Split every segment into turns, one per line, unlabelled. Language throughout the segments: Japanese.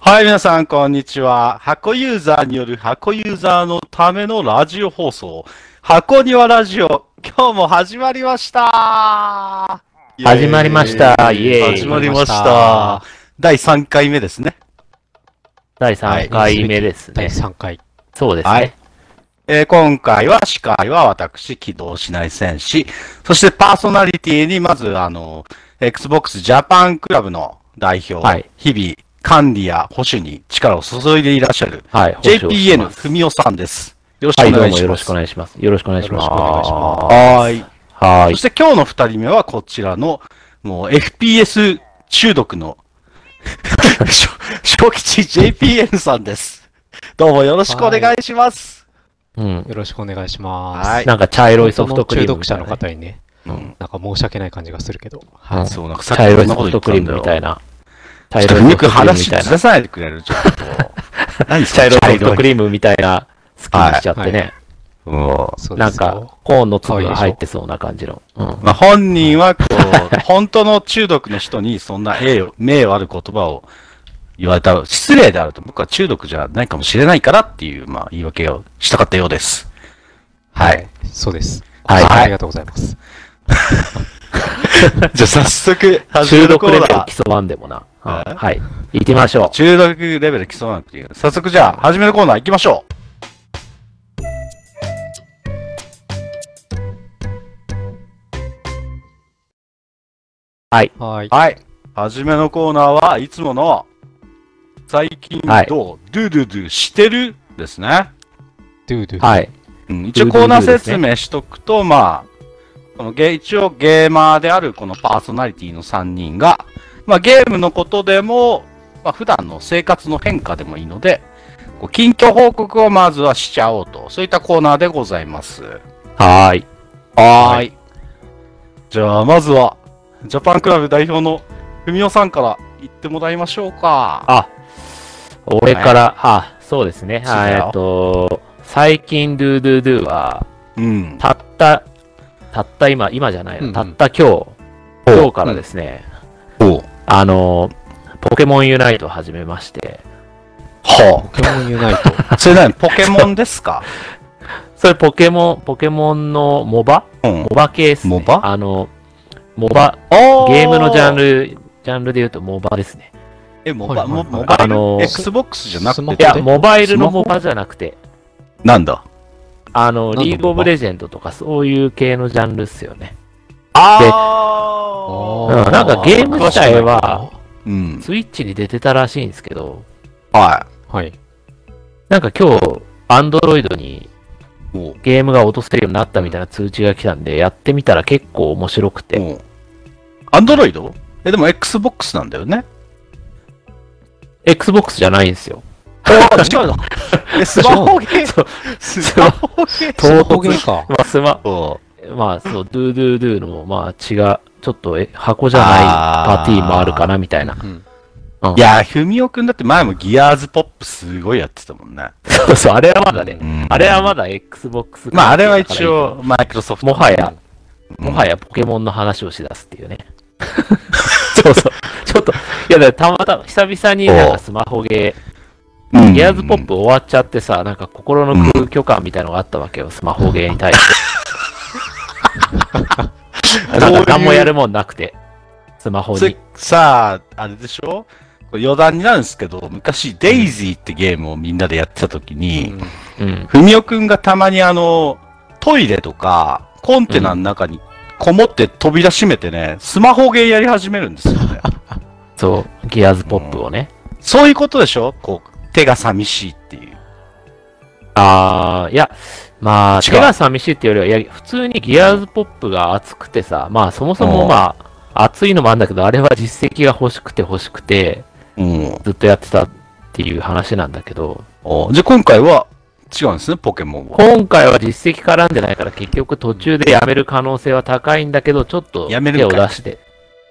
はい、皆さん、こんにちは。箱ユーザーによる箱ユーザーのためのラジオ放送、箱庭ラジオ、今日も始まりました
始まりましたイエーイ
始まりました。第3回目ですね。
第3回目ですね。
第3回。
そうですね。
はい。えー今回は司会は私、起動しない戦士。そしてパーソナリティに、まず、あの、Xbox Japan クラブの代表、
はい
日々、管理や保守に力を注いでいらっしゃる、
はい。
JPN 文雄さんです。よろしく
は
お
い、どう
願い
も
し
よろ
ま
し
す。
くお願いします。よろしくお願いします。
よろしくお願いしま
はい。
はー
そ
い
し。て今日の二人目はこちらの、もう FPS 中毒のしょ、小吉 JPN さんです。どうもよろしくお願いします。
うん。
よろしくお願いします。
はい
なんか茶色いソフ
本当
ト
の
クリー
中
ム。
毒者の方にね、
うん。
なんか申し訳ない感じがするけど。
う
は
ん
い。
そう、なんかさっき
茶色
そ
い
んな
ソ
こと言った
フトクリー
ん
ム
だ
みたい
よ。
な。茶
ちょっとよく話ずらさないでくれる、ちょっと。 何
茶色いソフトク
リ
リームみたいな好きにしちゃってね。
ーム。うん
そうで
なん
すよ
か、、コーンの粒が入ってそうな感じの。うん。
まあ、本人は、こう、本当の中毒の人に、そんな栄誉、名誉ある言葉を言われたら、失礼であると、僕は中毒じゃないかもしれないからっていう、まあ、言い訳をしたかったようです。はい。。
そうです。
はい
ありがとうございます。
じゃあ、早速、始め
中
るコ
毒
ー
レベ
ナ
ル
ー。
競わんでもな。うん
はい
はい。行きましょう。
中毒レベル基礎なんていう。早速、じゃあ、始めるコーナー行きましょう。
はい。
はい。はじめのコーナーはいつもの、最近どう、
はい
ドゥドゥドゥしてるですね。
ドゥドゥ。い。
はい。
うん一応コーナー説明しとくと、まあ、このゲ一応ゲーマーであるこのパーソナリティの3人が、まあ、ゲームのことでも、まあ、普段の生活の変化でもいいので、こう近況報告をまずはしちゃおうと、そういったコーナーでございます。
はーい。
は
ー
い。じゃあ、まずは、ジャパンクラブ代表のふみおさんから言ってもらいましょうか。
あ、俺から、あ、そうですね。はい
そうだよ
えっと、最近、ドゥドゥドゥは、
うん。
たった、たった今、今じゃない
うんう
の、
ん
たった今日、今日からですね、
ほう。
あの、ポケモンユナイトを始めまして、
は
ポケモンユナイト。
あ。それ何ポケモンですか
それポケモン、ポケモンのモバ
うん
モ。バ系ですね。
モバ
あの、モバ、ゲームのジャン。ル、ジャンルで言うとモバですね。
え、モバ、
はいはい
モ
はい
モバイル、
あのー
Xbox じゃな
スマ
く
ホ
て、
い
で
や、モバイルのモバじゃなくて、
なんだ
あの、
なんだ
リーグオブレジェンドとかそういう系のジャンルっすよね。
あ
うんなんかゲーム自体は、
うん。
スイッチに出てたらしいんですけど、
は
はい。
なんか今日、アンドロイドに
い。もう、
ゲームが落とせるようになったみたいな通知が来たんで、やってみたら結構面白くて。
もう。アンドロイドえ、でも Xbox なんだよね。
Xbox じゃないんですよ。
あ、 違うのえ、スマホゲー
そう
スマホゲー
唐突
スマホゲーか。
まあ、スマ、
そ
まあ、そう、ドゥドゥドゥの、まあ、違う、ちょっとえ箱じゃないパーティーもあるかな、みたいな。
うん。
ういやー、ふみおくんだって前もギアーズポップすごいやってたもんね。
そうそう、あれはまだね。
ん
あれはまだ Xbox。
まあ、あれは一。応、マイクロソフト。
もはや、
うん
もはやポケモンの話をしだすっていうね。 そうそう。ちょっと、いや、だからたまたま、久々になんかスマホゲ
う
ー、
ん
ギアーズポップ終わっちゃってさ、なんか心の空虚感みたいなのがあったわけよ、スマホゲーに 対して。なんか何もやるもんなくて、スマホ
それ
に。
さあ、あれでしょこれ余談になるんですけど、昔、デイジーってゲームをみんなでやってた時に、
うん
うん。
ふみおくんがたまにあの、トイレとか、コンテナの中にこもって飛び出しめてね、スマホゲーやり始めるんですよ ね。
そう、ギアーズポップをね。
そういうことでしょこう、手が寂しいっていう。
あー、いや、まあ、
違う
手が寂しいっていうよりは、いや、普通にギアーズポップが熱くてさ、まあ、そもそ
うん
もまあ、熱いのもあるんだけど、あれは実績が欲しくて欲しくて、
うん。
ずっとやってたっていう話なんだけど、
おじゃあ今回は違うんですね、ポケモン は。
今回は実績絡んでないから、結局途中でやめる可能性は高いんだけど、ちょっと
やめる
手
の
を
かい
出して、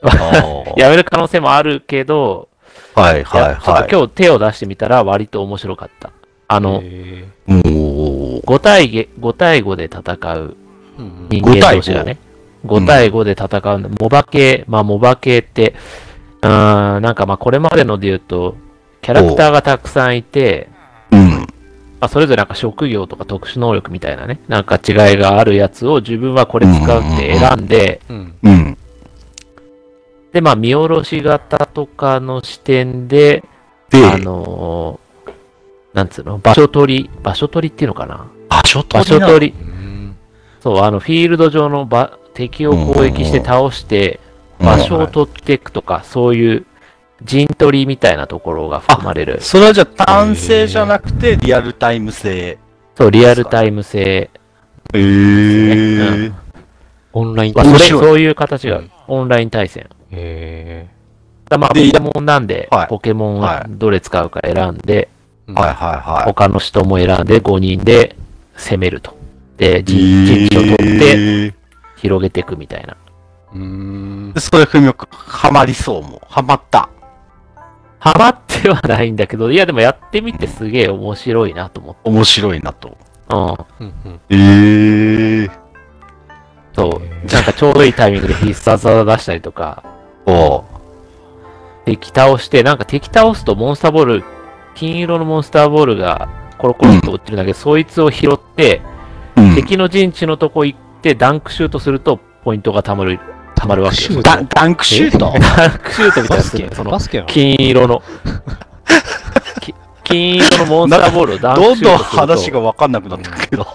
お
やめる可能性もあるけど、
はい
いや
はい
ちょっ
は
と今日手を出してみたら割と面白かった。あの、
へ
い。おー
5対げ5対5で戦う
ーうんうん
人間同士がね、5対 ,5 で戦うんだ。モバ系、まあモバ系って、うーん、なんかまあこれまでので言うと、キャラクターがたくさんいて、
うん。
まあ、それぞれなんか職業とか特殊能力みたいなね、なんか違いがあるやつを自分はこれ使うって選んで、
うん。
うん。
で、まあ、見下ろし型とかの視点で、
で、
あのーなんつうの、場所取り、場所取りっていうのかな
場所取り
場所
な
取り
う、ん。
そう、あの、フィールド上の場、敵を攻撃して倒して、
うん
場所を取っていくとか、そういう陣取りみたいなところが含まれる。
それはじゃあ単性じゃなくてリアルタイム性。
そう、リアルタイム性。
へ
ー
ー。
オンライン
まあ、
面
それ、
白い
そういう形が
うん、
オンライン対戦。
え
だまあ、ポ
で
ケモンなんで
はい、
ポケモンはどれ使うか選んで、
ー。
はいはいはい。
他の人も選んで、5人で攻めると。で、陣陣地を取って、
えー
広げていくみたいな。
い。うん。
それ、ふみおくん、ハマりそうも。ハマった。
ハマってはないんだけど、いや、でもやってみてすげえ面白いなと思って。
面白いなと。
うん。
うんうん
えー。
そう。なんかちょうどいいタイミングで必殺技出したりとか、
おう
敵倒して、なんか敵倒すとモンスターボール、金色のモンスターボールがコロコロっと落ちるんだけど、そいつを拾って、
うん。
敵の陣地のとこ行ってダンクシュートするとポイントがたまる、たまるわけよ。
ダンダンクシュート
ダンクシュートみたい
バ
な
ス
す
ケ
るその
バスケなの
金色 の、き金色のモンスターボールをダンクシ
ど
ュート
ん
すると
どん話が分かんなくなってくるけど。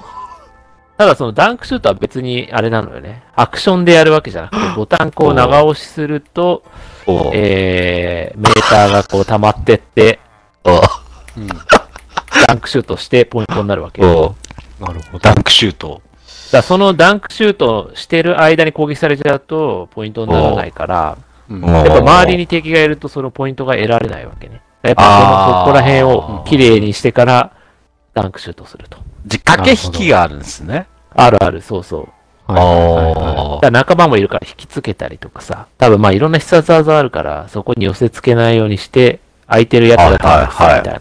ただそのダンクシュートは別にあれなのよね。アクションでやるわけじゃなくて、ボタンこう長押しすると、
おう
えー、メーターがこう溜まってって、
おう
うん。
ダンクシュートしてポイントになるわけよ。
おう
なるほど
ダ。ンクシュート。
だからそのダンクシュートしてる間に攻撃されちゃうと、ポイントにならないから、
うん
おう
やっぱ周りに敵がいるとそのポイントが得られないわけね。やっぱ
あー
そのそこら辺を綺麗にしてから、ダンクシュートすると。
じゃ、駆け引きがあるんですね。
あるある、そうそう。
はいはいはいはい
おう
だから仲間もいるから引きつけたりとかさ、多分まあいろんな必殺技あるから、そこに寄せつけないようにして、空いてるやつが倒すみたいな。
い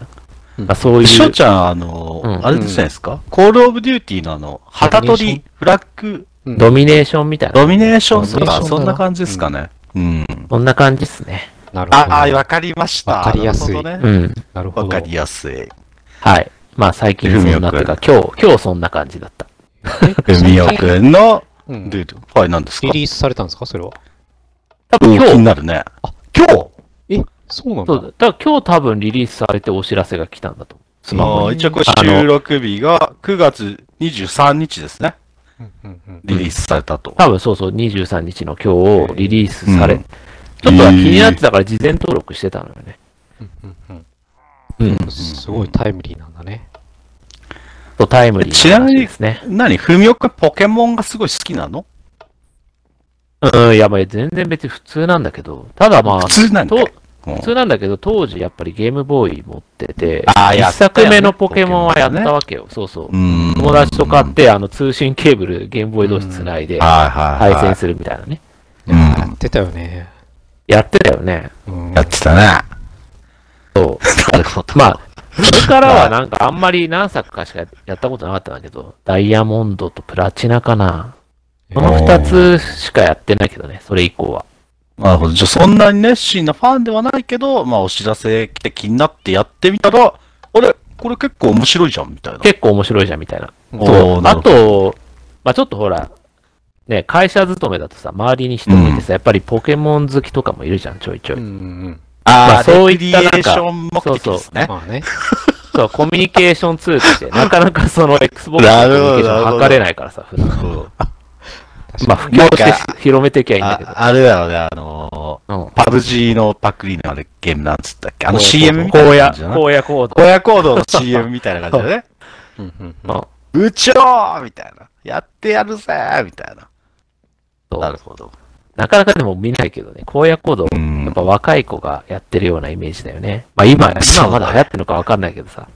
まあ、そういう。
しょちゃん、あの、
うん
あれじゃないですか、コールオブデューティーのあの、旗取り、フラッグ、
うん
ドミネーションみたいな。
ドミネーションと
ドミネ
か、
ーションだな
そんな感じですかね。うん。
そんな感じですね。
なるほど。
あ、あ、わかりました。
わかりやすい
なるほどね
うん。
なるほ
わ
ど。
かりやすい。
はい。まあ最近そんなっていうか、今日、今日そんな感じだった。
ふみおくんの、
うん
で、はい、何ですか
リリースされたんですかそれは。
多分
今
今
日気に
日、
なるね。
あ、
今日
え、そうなん
そ
だ。
うだ。だから今日多分リリースされてお知らせが来たんだと思う。スマホ
あー
に。
一応これ収録日が9月23日ですね。
うんうんうん
リリースされたと。
多分そうそう、23日の今日をリリースされ、
うん
ちょっとは気になってたから事前登録してたのよね。
うんうん
うん。
うん。すごいタイムリーなんだね。
とタイムリーな話ですね。
何ふみおくんポケモンがすごい好きなの
うん、いや、まあ全然別に普通なんだけど、ただまあ、
普通なんだよ
と。
うん
普通なんだけど、当時やっぱりゲームボーイ持ってて、
あーや
一
ったよね
作目のポケモンはやっ
ポケモンね
たわけよ。そうそう。
うん
友達と買って、あの、通信ケーブル、ゲームボーイ同士繋いで、
はいはい
対
はい。
戦するみたいなね。
うん
やってたよね。
やってたよね。
うん
やってたね。
そう。
なるほど。
まあ、それからはなんかあんまり何作かしかやったことなかったんだけど、ダイヤモンドとプラチナかな。この二つしかやってないけどね、それ以降は。
なるほど。じゃあそんなに熱心なファンではないけど、まあお知らせ来て気になってやってみたら、あれこれ結構面白いじゃんみたいな。
結構面白いじゃんみたいな。
おー
そう
な
あ
るほ
と、まあちょっとほら、ね、会社勤めだとさ、周りに人もいてさ、やっぱりポケモン好きとかもいるじゃん、ちょいちょい。
うんうんうん。
ま
あ
あ
あ、
そう
そう
い
い
っ
ったたな
なん
レクリ
か
エーション目的ですね。
まあね。
そう、コミュニケーションツールとして、なかなかその Xbox のコミ
な
ュニ
るほど
ケーション測れないからさ、普段。
そう
まあ、普及して
なんか
広めていきゃいいんだけ
ああれだよね、あの
ど。うん
ー、。パブ G のパクリのあれゲームなんつったっけあの
こう
CM みたいな
荒
感じじゃない
野、荒野行動。
荒野行動の CM みたいな感じだ ね。
うんうんうん
の、
部長みたいな。やってやるぜみたいな。
そう
なるほど。
なかなかでも見ないけどね、荒野行動、
うん
やっぱ若い子がやってるようなイメージだよね。まあ今、今はまだ流行ってるのかわかんないけどさ、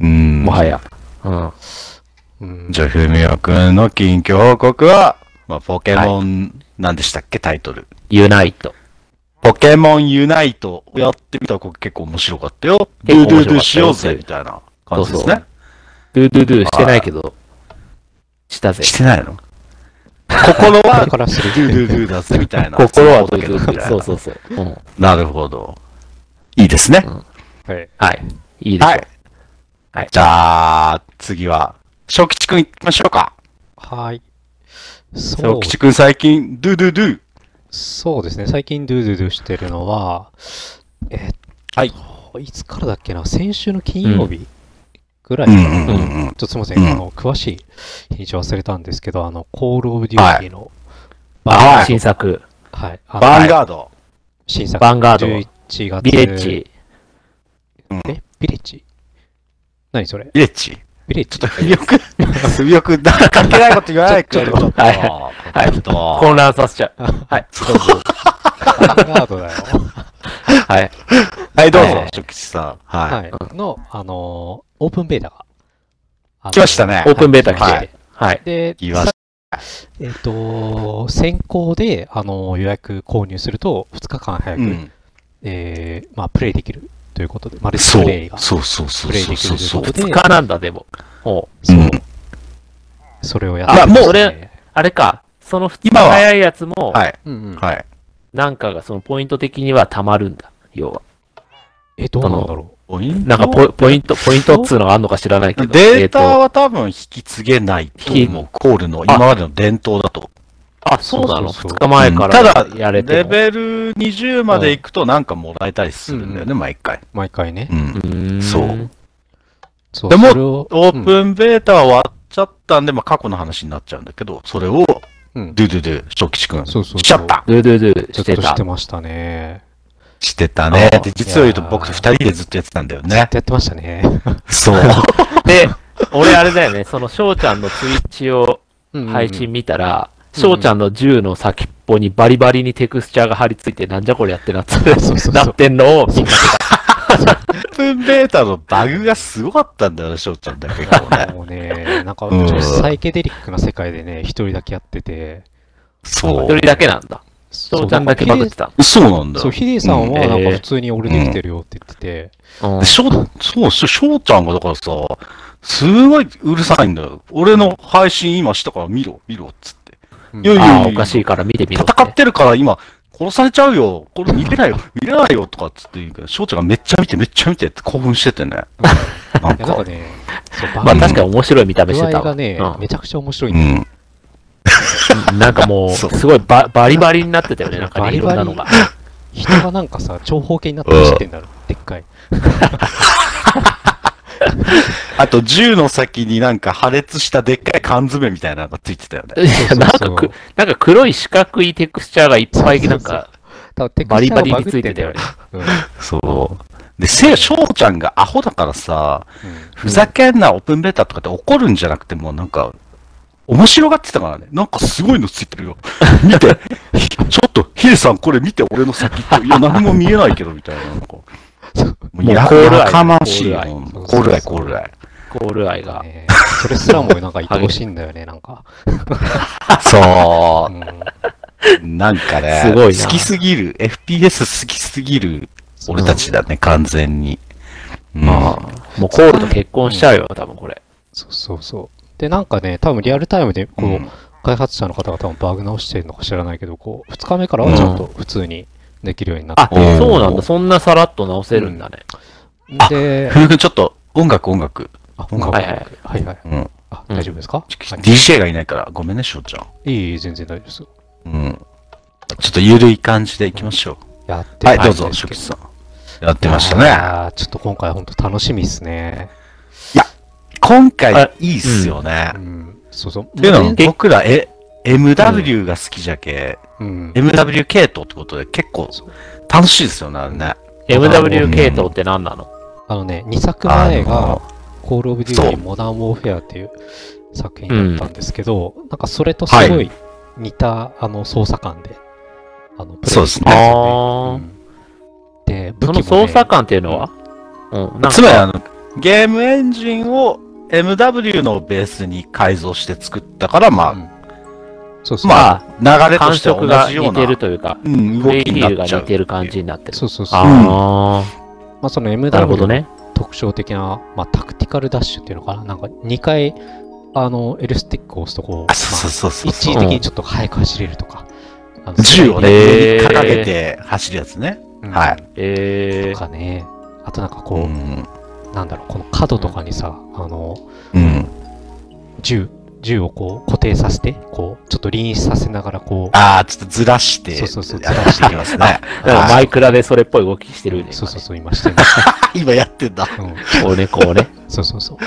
うん
もはや。うん。
うん
じゃあ、ふみおくんの近況報告は、まあ、ポケモン、なんでしたっけタイトル。
ユナイト。
ポケモンユナイトをやってみたら、これ結構面白かったよ。ド
結
ゥ
構
ド
面白かったよ
ゥドゥしようぜ、みたいな感じですね。
そうドゥドゥドゥしてないけど、したぜ。
してないの心
こ
は
れ、からす
ド
る。
ゥドゥドゥだぜ、みたいな。
心は
ド
ド
ゥ
ゥ
ド
ド
ゥ
ゥ
ド
ド
ゥそ
ゥ。そう
そ。
うそううそう。うん。
なるほど。いいですね。
はい。
はい。いいでしょう。
はい
はい。
じゃあ、次は、小吉くん行きましょうか。
はい。そ
小
う
吉くん最近、ドゥドゥドゥ。
そうですね、最近ドゥドゥドゥしてるのは、えっと、
はい
い、つからだっけな、先週の金曜日ぐらい、
う
ち
んうんうんうん。
ょっとすみません、
うん
あの詳しい日にち忘れたんですけど、あの、コールオブデューティーの、
はい
新作、
はい、はい、あの
バーンガード。
新作、
バンガード
11月。
ビレッ。ジ、
え、ビレッジ何それ
イレッチ。
ビレッ
ちょ
ジ
っと不 欲、不欲、だから関係ないこと言わない
ち
ち
ょ
ょ
っ
っ
と
と、ちょっと。
はい
ちょっと
混乱させちゃう。
バンガードだよ。
はい。
はい、どうぞ
はい、
小吉さん。は
はい。の、あのー、オープンベータが。あの
い。来ました。ね
オ。ープンベータ来て、
は
はいい。
で、
来まし
えっ、と、先行で、あの、予約購入すると、2日間
た。
早く、
うん。
えーまあ、プレイできるということで、マルチ
そ
プレイ
う
が。。
そうそうそう
プレイ
そ
で
う
き
そ
る
うそう。
ということで
2日なんだ、でも。もう、
そう
うん
それをやって
あもう
ますね
あれか、その2日
今は
早いやつも、
はい。
うんうん
はい。
なんかがそのポイント的には溜まるんだ。要は。
え、どうなんだろ
ポイン
なんかポポイント、ポイントっつうのがあるのか知らないけど。
データ
えーと
は多分引き継げないと思う。コールの今までの伝統だと。
あ、そうなの
そうそうそ
?2
う
日前か
うん
ら
ただ
やれて
レ
も。
ベル20まで行くとなんかもらえたりするんだよね、
う
毎回
う。毎回ね
う。ん。
うーん
そう。
そう
でも
それを
オープンベータは終わっちゃったんで、まあ過去の話になっちゃうんだけど、それを、
うんうん
ドゥドゥドゥ、初吉くん。
そうそうそう
しちゃった
ドゥドゥドゥ
ず
し
っと
てた
して。ましたね。
してたね
あ。ー
で、実を言うと
いやー
僕と二人でずっとやってたんだよ
ずっ
ね。
とやってましたね。
そう。
で、俺あれだよね、その翔ちゃんのツイッチを
うんうん
配信見たら、
うん
翔ちゃんの銃の先っぽにバリバリにテクスチャーが貼り付いて、なんじゃこれやってなって、
そうそう
なってんのを見 か
オープンベータのバグがすごかったんだよね、翔ちゃんだけがね。
もうね、なんか、
うん
ちょっとサイケデリックな世界でね、一人だけやってて、
そ
け一人
う。
だけなんだ。
そ
翔ちゃんだけバグってた。
そうなんだ
そう、
よ。
ヒデさんは
うん
なん
え
か
ー
普通に俺できてるよって言ってて、
うん
でしょ、そう、しょ翔ちゃんがだからさ、すごいうるさいんだよ。俺の配信今したから見ろ、見ろ、っつって。
うん
いやいや
ああ、おかしいから見てみろって。
戦ってるから今、殺されちゃうよ。これ見れないよ、見れないよ、とかっつって言うから、翔ちゃんがめっちゃ見て、めっちゃ見てって興奮しててね。なん
いやなん
か
か、ね、そう
まあ
うん
確かに面白い見た目し
具
てた
合
わ。
がね、
う
めちゃくちゃ面白い
うん
だよ
ん。
んなんかもう、
そう
すごいババリバリになってたよね、なんか
バ
ね、
リ
い
バ
ろ
リ
んなのが。
人がなんかさ、長方形になって走ってんだろ、でっかい。
あと、銃の先になんか破裂したでっかい缶詰みたいなのがついてたよね。
いや なんか
そうそう
く、なんか黒い四角いテクスチャーがいっぱい、なんか、
だからテ
バ
クス
リ
チャー
バ
を
リ
バ
に
グ
つ
っ
い
て
て
ん
た
だ
よ
よ
ね。。
うん
そう。で、せい、翔ちゃんがアホだからさ、 ふざけんな、オープンベータとかって怒るんじゃなくて、もうなんか、面白がってたからね。なんかすごいのついてるよ。見て、 ひちょっと、ヒデさんこれ見て、俺の先っぽ。いや、何も見えないけど、みたいな。なんかもうや
コールアイ
やかましいよ。
コ
うん
そうそうそう
コールアイ、コールアイ。
コール愛
うん
が。
ねそれすらもなんか愛おしいんだよね、なんか。
そうう。
ん
なんかね、
すごいな
好きすぎる。FPS 好きすぎる。俺たちだね、完全に。
ま
まあ、
あ、もうコールと結婚しちゃうよ、多分これ。
そうそうそう。で、なんかね、多分リアルタイムで、こう、
うん
開発者の方が多分バグ直してるのか知らないけど、こう、2日目からはちゃんと普通にできるようにな
あ
っ、
うん
そうなんだ。そんなさらっと直せるんだね。
て、で、
ふうくんちょっと、音楽、音楽。
あ、
音楽
はいはい。
はいはい。
うん。
あ、
うん
大丈夫ですか、は
DJ がいないから、ごめんね、翔ちゃん。
い、いいいい、全然大丈夫ですよ。
うん。ちょっとゆるい感じでいきましょ
やって
う。はい、どうぞ、初期さん。やってましたね。
ね。ちょっと今回本当楽しみですね。
今
あ
回、いいっすよね
う。ん、そうそう。
っていうの
も
も、
ね
僕ら、え、MW が好きじゃけ、
うん、
MW 系統ってことで結構
そう
楽しいですよね、あれね。
MW 系統って何なの
あのね、2作前
あ
が
の、
コールオブデューティーモダンウォーフェアっていう作品だったんですけど、なんかそれとすご
はい
似た、あの、操作感で、あの、
そうですね
プレイした
あ
ん
ー
ですよねうんで、武器
そ
も、ね
の、操作官っていうのはうん、なん
つまり
か、
あの、ゲームエンジンを MW のベースに改造して作ったから、まあ、
うんそうそう。
まあ、流れと
感
しては
触が
同じよう
似
な
てる、というか、
うん、
プ
動
レイ
き
フ
に
ィール
な
が
っちゃう
似てる感じになってる。
そうそうそう。ま
あ
あ、その
あ、なるほど
MW
ね。
特徴的な、まあ、タクティカルダッシュっていうのかななんか2回、あの、L スティックを押すとこう、
あ、そうそうそう
まあ
そ
一
う。
時的にちょっと早く走れるとか。あの
銃をね、
へ
上
ー
に掲げて走るやつね。
うん
は
え
と
ー
かね。ああとなんかこう、
うん。
なんだろう、この角とかにさ、あの、
うん。
銃、銃をこう固定させて、こう、ちょっと臨死させながらこう、
ああ、ちょっとずらして。
そうそうそうずらして
やりますね。
でもマイクラでそれっぽい動きしてるね。
そうそうそう、今してまし
今やってんだ。
た。うん、
今ねこうね、こうね。
そうそうそ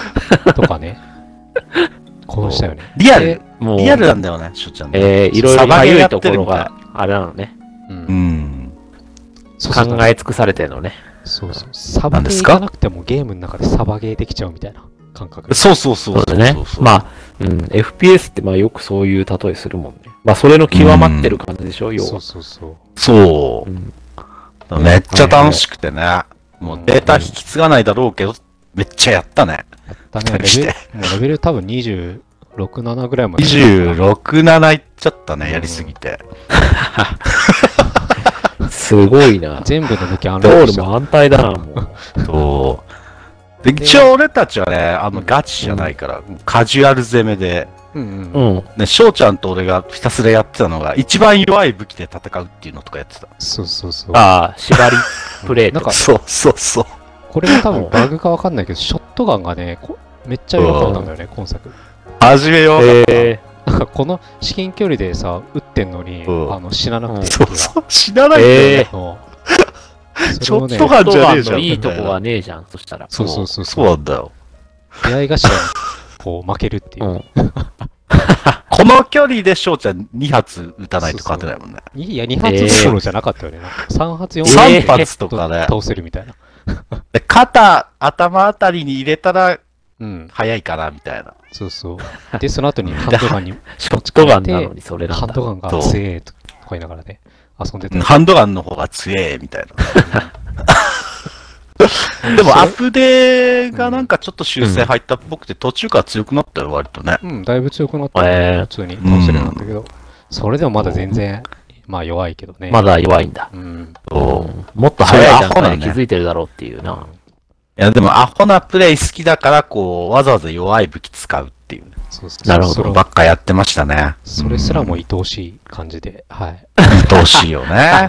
う。とかね。こうしたよね。
リア
で
ル。
もう、
リアルなんだよね、しょちゃんね。
えー、いろいろ
サバゲー
か
や
い
って
と
る
ころ
み
が、あれなのね。
う。
うんん。
そうそう
考え尽くされてるのね。
そうそう。サバ
何
ゲ
です
ー
か
がなくてもゲームの中でサバゲーできちゃうみたいな感覚。
そうそうそう。
そうだね
そう。そう
まあ、うん、FPS ってまあよくそういう例えするもんね。まあそれの極まってる感じでしょ、要
そ
は
う。そうそう。
そうう。
ん
めっちゃ楽しくてね。も
う
うんデータ引き継がないだろうけど、めっちゃやったね。
やった
二
ね。レ
人して
ベル、もうレベル多分26、7ぐらいまで。
26、7いっちゃったね、やりすぎて。
すごい な。
全部の武器アン
ゴ
ロッ
ー
ク
ル
した。
も安泰だな、もう。
そう。で、一応俺たちはね、あの、ガチじゃないから、カジュアル攻めで、
うんうん。
うん。
ね、翔ちゃんと俺がひたすらやってたのが、一番弱い武器で戦うっていうのとかやってた。
そうそうそう。
ああ、縛りプレイと
なんか
か。
そうそうそう。
これも多分バグかわかんないけど、ショットガンがね、こめっちゃ良かったんだよね、今作。
始めよう。
え
なんかこの至近距離でさ、撃ってんのに、
うん
あの死ななくていい
そう
敵
そう、死なないんだよね。
が。も う
ち
それ
ょ
を
っ
ね
と、
ー、
感じゃねえじゃ
の
ん。
いいとこはねえじゃん、そしたら。
そうそうそう
そうなんだよ。
出会い頭にこう負けるっていうう。
ん。
この距離で翔ちゃん2発撃たないと勝てないもんね。
いや、2発どころじゃなかったよね。なんか3発、4
え
3
ー
発
発とかね。
倒せるみたいな。
で肩、頭あたりに入れたら
うん、
早いかな、みたいな。
そうそう。で、そ の後にハンドガンに、
ショットガンなのにそれなんだ。
ハンドガンが強えとか言いながらね、遊んでたよ。
ハンドガンの方が強え、みたいな。でもアプデがなんかちょっと修正入ったっぽくて、途中から強くなったよ、割とね。
うん、だいぶ強くなった
えー
ね。普通に倒せるようになったけど、それでもまだ全然、まあ弱いけどね。
まだ弱いんだ。
うん。
そう
うんもっと早い段階で
それアホだ
気
ね
づいてるだろうっていうな。
いや、でもアホなプレイ好きだから、こう、わざわざ弱い武器使うっていう、
そうそう
なるほど
そ
の
れ
ばっかやってましたね。
それすらも
うん
愛おしい感じで、はい。
愛おしいよ ね。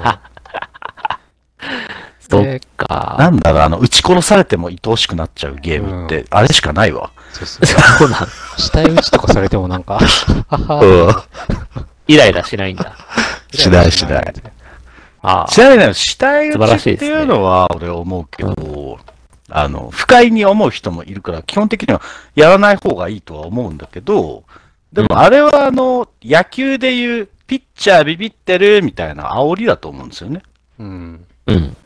そっ
で
な
か。
んだろう、あの、撃ち殺されても愛おしくなっちゃうゲームって、あれしかないわ。
そうそう。
そうなん
死体打ちとかされてもなんか、はは
イライラしないん だ。
しないしない。
ああ。
ちなみにね、死体
素晴
打
らし
ち
い
っ
です
て
ね
いうのは、俺思うけど、あの、不快に思う人もいるから、基本的にはやらない方がいいとは思うんだけど、で
うん
もあれはあの、野球でいう、ピッチャービビってるみたいな煽りだと思うんですよね。
うん。
うん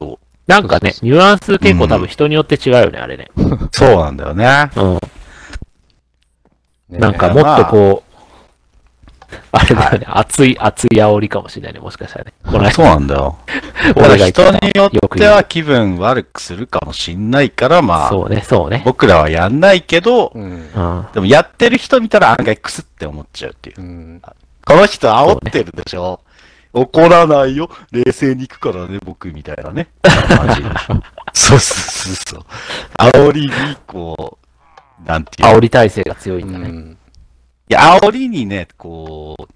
そう。
なんかね、ニュアンス結構多
う
分
ん
人によって違うよね、あれね。
そうなんだよね。
うん。
ね
なんかもっとこう、あれだよね、熱い、熱い煽りかもしれないね、もしかしたらね。この間
そうなんだよ。だから
俺が言っ
人
た
によ
よく
って
言
は
う。
気分悪くするかもしんないから、まあ、
そうね、そうね。
僕らはやんないけど、
うん
う。ん。
でもやってる人見たら案外クスって思っちゃうっていう。
うん。
この人煽ってるでしょ、怒らないよ冷静に行くからね、僕みたいなね。マジ そうそうそうそう。煽りに、こう、なんていうの
煽
い
り体制が強い
うん
だね。
ん。
や、煽りにね、こう、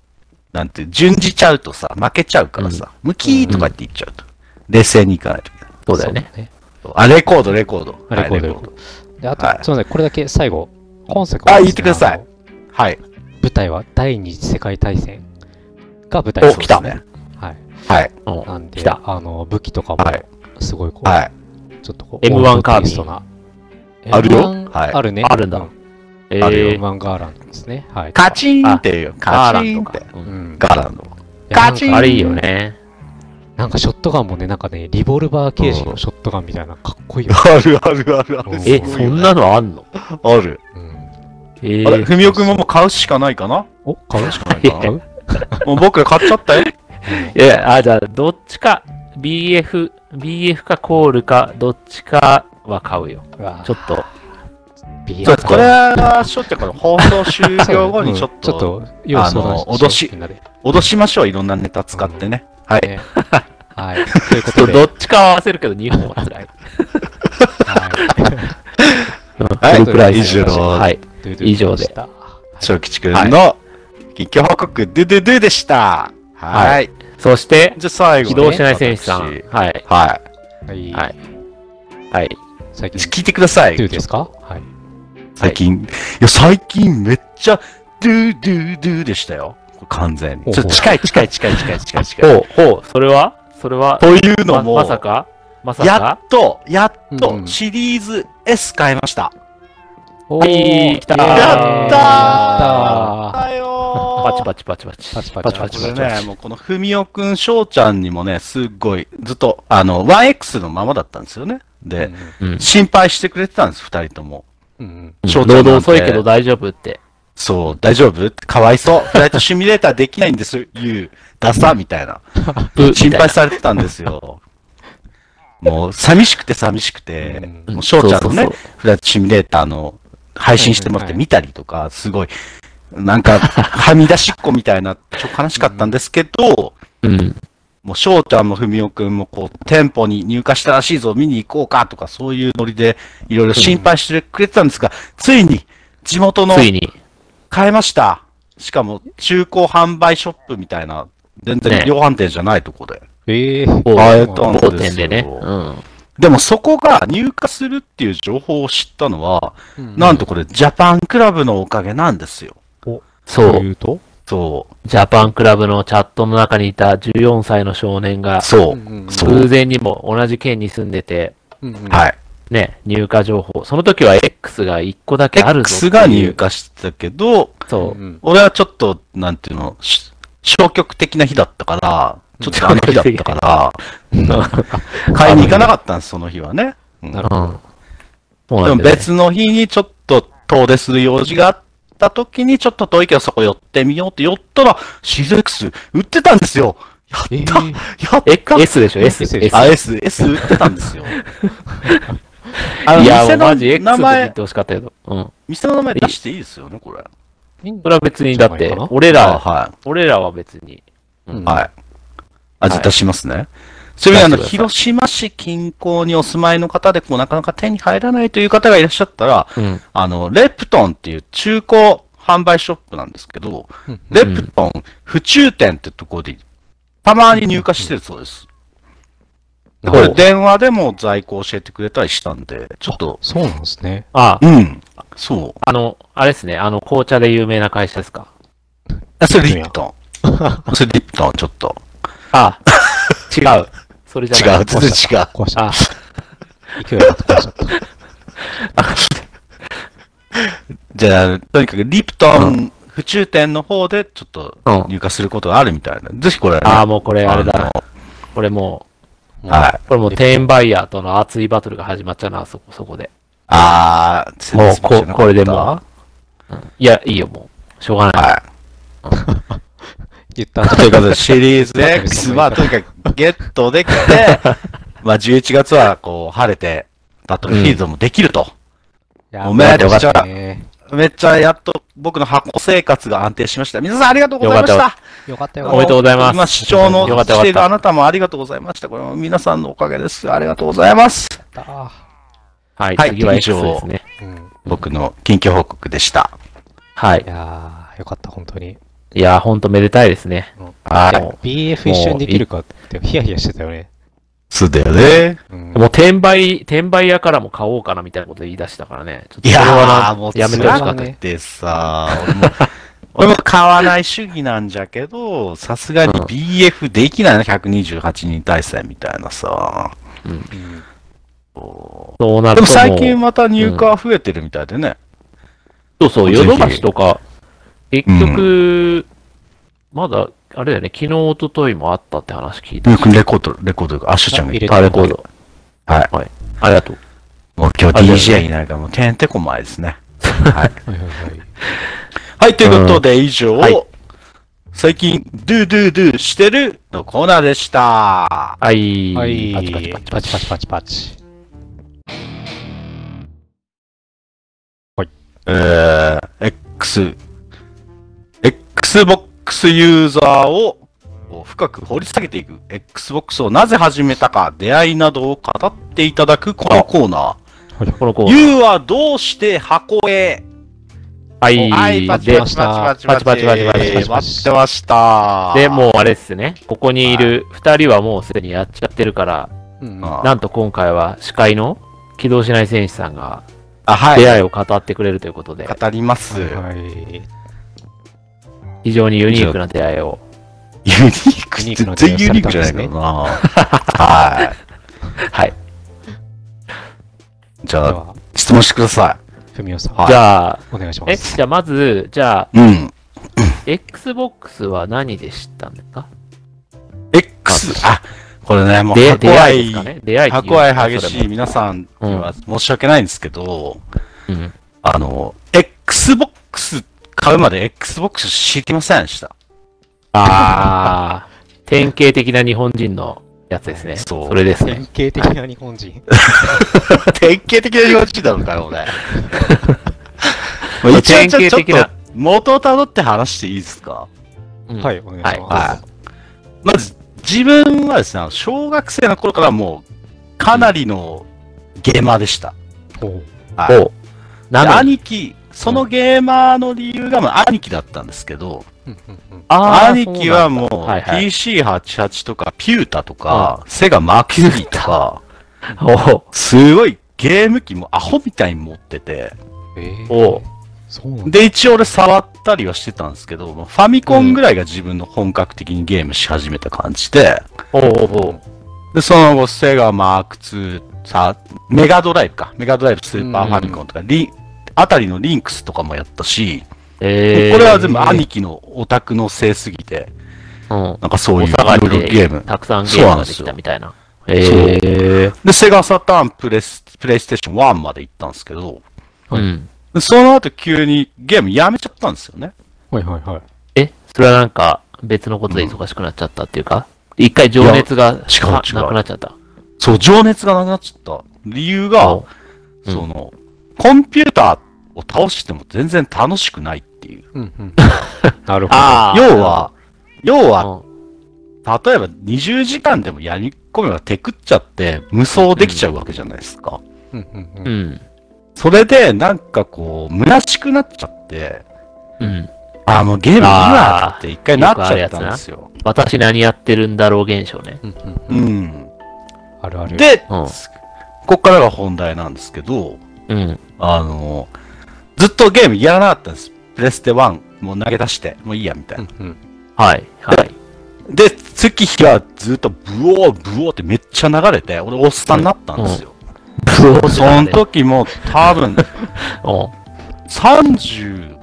なんていう、順じちゃうとさ、負けちゃうからさ、ムキーとかって言っちゃうと。冷静に行かないといけない。
そうだよね。。
あ、レコード、レコード。
レコード
はい
レコード。で、あと
は、い
すみません、これだけ最後、今作は
あ
で
言っ
すね
てください。
あの
はい。
舞台は第二次世界大戦が舞台
お、
です
来た。ね。
はい。
はい。
うん
なんで、
来た。
あの、武器とかも
はい、
すごいこう、
はい。
ちょっとこう、
M1
オールドテイストな。
あるよ
M1
はい
あるね。
あるんだ
う
え
ある
ー、
M1 ガーランドですね。はい。
カチーンっていう。
ガー
カチ
ラン
ーン
と
っ
か
て。。
う
うんん。
ガーランド。
いやなんか
ガチン
あれいいよね。
なんかショットガンもね、なんかね、リボルバー形式のショットガンみたいな、かっこいいよ。
あるあるあるある。
すごい
え、
よね
そんなのあんの
ある。
うん。
え
あれ、
ー、
ふみおくんももう買うしかないか な
お、買うしかない
いや
買う
もう僕ら買っちゃったよ。
いや、あ、じゃあ、どっちか、BF、BF かコールか、どっちかは買うよ。
うわ
ちょっと、
ビ
ちょ
ア
っとこれは、しょってこの放送終了後にちょっ
ちょ
と、
っと、要素
あの脅し
みんなで。
脅しましょう。いろんなネタ使ってね。はい。
ねはい。というこ
ちょ
と
っと
で、
どっちかは合わせるけど、2本は 辛い。
は
はい
フルプライス
以上
はい。
いということ
以上で
来ました
小吉くんの、緊急報告、ドゥドゥドゥでした。は。
はいそして、
じゃあ最後
起
ね。
動しない選手さん。
私
はい。
はい。
はい。
はい。はい。
最近、
聞いてください。
2ですかはい。
最近、いや、最近めっちゃ、ドゥドゥドゥでしたよ。完全に。
ほう
ち
ほ
ょ
う
近い近い近い近い近い近い。
ほう、ほう、それはそれは、
というの
ま
も、
まさかまさ
や
か
っと、やっ
う
と
ん
シリーズ S 変えました。
お
はい来たー
イエーイ
やったー
やったー
だよ
パチ
チ。
パチパチパチ。
パチパチパチパチ
これね、もうこのふみおくん、しょうちゃんにもね、すっごい、ずっと、あの、1X のままだったんですよね。で、
うん。
心配してくれてたんです、二人とも。
うんうん
翔
労
ちゃんなんて
働遅いけど大丈夫って。
そう、大丈夫 かわいそう。フライトシミュレーターできないんです、言う。ダサみたいな。
う
心配されてたんですよ。もう、寂しくて寂しくて、
うん
もう、翔ちゃんのね
そうそう、
フライトシミュレーターの配信してもらって
はいはいはい
見たりとか、すごい、なんか、はみ出しっこみたいな、ちょっと悲しかったんですけど、
うん。
もう、翔ちゃんも文雄くんも、こう、店舗に入荷したらしいぞ、見に行こうかとか、そういうノリで、いろいろ心配してくれてたんですが、ついに、地元の
ついに。
買えました。しかも、中古販売ショップみたいな、全然
ね
量販店じゃないとこで。
えー
某
あえ
っと
某店でね。
そう
うん。
でも、そこが入荷するっていう情報を知ったのは、
うん
なんとこれ、ジャパンクラブのおかげなんですよ。
そ
と
う
い。うと
そ
ジャパンクラブのチャットの中にいた14歳の少年が
う。、そうう。
んうん
そう
偶然にも同じ県に住んでて、
うんうん
はい。
ね、入荷情報。その時は X が1個だけあるぞっていう。
X が入荷してたけど、
そうう。
ん
俺はちょっと、なんていうの、し消極的な日だったから、ちょっとダメな日だったから、買いに行かなかったんです、その日はね。うん
な
う
るほど。
ん。そう
で
な
も
んだよね
別の日にちょっと遠出する用事があった時に、ちょっと遠いけどそこ寄ってみようって寄ったら、CZX 売ってたんですよやった、
えー
やった
X- S でしょ
S
?S。
でしょ
S
あ、S、S 売ってたんですよ。あの、
いや、も
店
うマジ X
の名
と言っ
前、
てほしかったけど。うん。
店の名前出していいですよね、これ。
それは別に、だって
じゃないか、な
俺
あ
ら、
は
俺らは別に。
うん
い。はい。あ、じゃあ出しますね。それにあの、
出してくだ
広島市近郊にお住まいの方で、こう、なかなか手に入らないという方がいらっしゃったら、
うん。
あの、レプトンっていう中古販売ショップなんですけど、
うん
レプトン府中店ってとこで、たまに入荷してるそうです。
うん
これ電話でも在庫教えてくれたりしたんで、ちょっと、
そうなんですね。
あ、
うん、そう。
あの、あれですね。あの、紅茶で有名な会社ですか。
あ、それリプトン。それリプトン、ちょっと。
あ、違う。それじゃない
違う、全然違う。
壊しちゃ
あ
っ、た。勢いが壊しちゃった。
じゃあ、とにかくリプトン府中店の方で、ちょっと
うん
入荷することがあるみたいな。ぜひこれ、ね、
ああ、もうこれあれだ
あ。
これも
のはい。
う、これもう店員バイヤーとの熱いバトルが始まっちゃうな、そこそこで。
あー、説
も
明
う
しなか
こ
っ、た
これでもう。うんいや、いいよ、もう。しょうがない。
はい。
言った後
ということで、シリーズ X はとにかくゲットでき て、まあ11月はこう晴れて、バトルフィールドもできると。おめでとうございますめっちゃやっと僕の箱生活が安定しました。皆さんありがとうございまし
よか
た。
よかった
あ
よ
の
おめでとうございます
今視聴の
よかった
し
よかった
ているあなたもありがとうございました。これも皆さんのおかげです。ありがとうございます。
はい、
はい
次は
以
X
上
ですね。
うん、い
僕の近況報告でした。
はい。
やー、よかった、本当に。
いやー、ほんとめでたいですね。
は
で
い。
も BF 一緒にできるかって、ヒヤヒヤしてたよね。
そうだよね。
うん
もう転売、転売屋からも買おうかなみたいなこと言い出したからね。ちょっと
い
それ
や
は
ー、もう
やめてほしかった
辛くてさ、俺 も、俺も買わない主義なんじゃけど、さすがに
うん
BF できないな、128人対戦みたいなさ。
うん
こ
な、そう
う
な
で
る
も
とも
最近
う、
また入荷は増えてるみたいでね。
そうそう、ヨドバシとか、結局、まだ、あれだよね、昨日、一昨日もあったって話聞いた。
レコード、レコードが、あ、しゅちゃんが
入れ
言
て
っ
タレコード。
はい
はい。ありがとう。
た。もう今日
あじゃあ
DJ になるから、もうてんてこまいですね。はい。
はいはいはい。
はい、ということで以上、
はい
最近、ドゥドゥドゥしてるのコーナーでした。
はい。
はい、
パチパチパチパチ。
パチパチパチ。
えー、X、Xbox ユーザーをこう深く掘り下げていく、Xbox をなぜ始めたか、出会いなどを語っていただくこのコーナ
この子
ー。、You はどうして箱へ
はい。
はい、パチ
で
パ、チパチパチパチ
パチパチパチパ
パチパ
チ
チ
パチ
待ってました。
で、もうあれですね、ここにいる二人はもうすでにやっちゃってるから、
うん
あ
なんと今回は司会の起動しない戦士さんが
あ、は
出
い。
会いを語ってくれるということで、
語ります。
はい。
非常にユニークな出会いを。
ユニーク
ユニークな
全然ユニークじゃないけどな。は
はい。
い。じ
で
ゃあ、
は、
質問してくださ
ふみおさん、
はい
じゃあ、
お願いしま
え、
す。
じゃあまず、じゃあ、
い。うん。
Xbox は何でしたんですか
X、あ、これね、もう、
で
箱
出会いです
愛
か、ね出会いっていう
箱愛激しい。皆さんに
うん
は申し訳ないんですけど、
それもうん
あの、Xbox 買うまで Xbox 知りませんでした。
ああ、典型的な日本人のやつですね。
そう
それです
典
ね。
型的な日本人。
典型的な日本人なのかよ、 俺。まあ一応
典
じゃあ
型
ちょっ
的な
と元をたどって話していいですか
うん
はい、お願いします。
はいまず、自分はですね、あの小学生の頃からもう、かなりのゲーマーでした。
ほう
はい
おなのに
兄貴、そのゲーマーの理由が、まあ、兄貴だったんですけど、
うんうんうん
あー
兄貴はもう、
そうなんだはいはい
PC88 とか、ピュータとか、セガマーキュリーとか、
お
すごいゲーム機もアホみたいに持ってて、
えー
お
そうなんだ。
で、一応俺触ったりはしてたんですけど、まあファミコンぐらいが自分の本格的にゲームし始めた感じで、
おお
で、その後、セガマーク2、さ、メガドライブか。メガドライブ、スーパーファミコンとか、リンあたりのリンクスとかもやったし、
えー、
これは全部兄貴のオタクのせいすぎて、
うん、
なんかそう
お
いう
下が
いろ
り
いろ
で
ゲーム。
たくさんゲームができたみたいな。え
そうなんで
ー、
で、セガサターンプレス、プレイステーション1まで行ったんですけど、
うん。
でその後急にゲームやめちゃったんですよね。
はいはいはい。
え、それはなんか別のことで忙しくなっちゃったっていうか、一回情熱が
違う
は
違う
なくなっちゃった。
そう、情熱がなくなっちゃった。理由が
お、うん
その、コンピューターを倒しても全然楽しくないっていう。
うんうん。 なるほど。
あー
要は、要は、
うん
例えば20時間でもやり込めばテクっちゃって無双できちゃうわけじゃないですか。
うんうん
う
うん。
ん。
それでなんかこう、虚しくなっちゃって、
うん。
あーもうゲームいいわ
あー
って一回なっちゃったんですよ。
私何やってるんだろう現象ね。
うん
う
うんうん。
ん。
あるある。
で、
うん
こっからが本題なんですけど、
うん。
あの、ずっとゲームやらなかったんです。プレステ1、もう投げ出して、もういいや、みたいうな。
んうん。
はい。はい。
で、月日がずっとブオーブオーってめっちゃ流れて、俺おっさんになったんですよ。
そう
その時も多分、
も
34、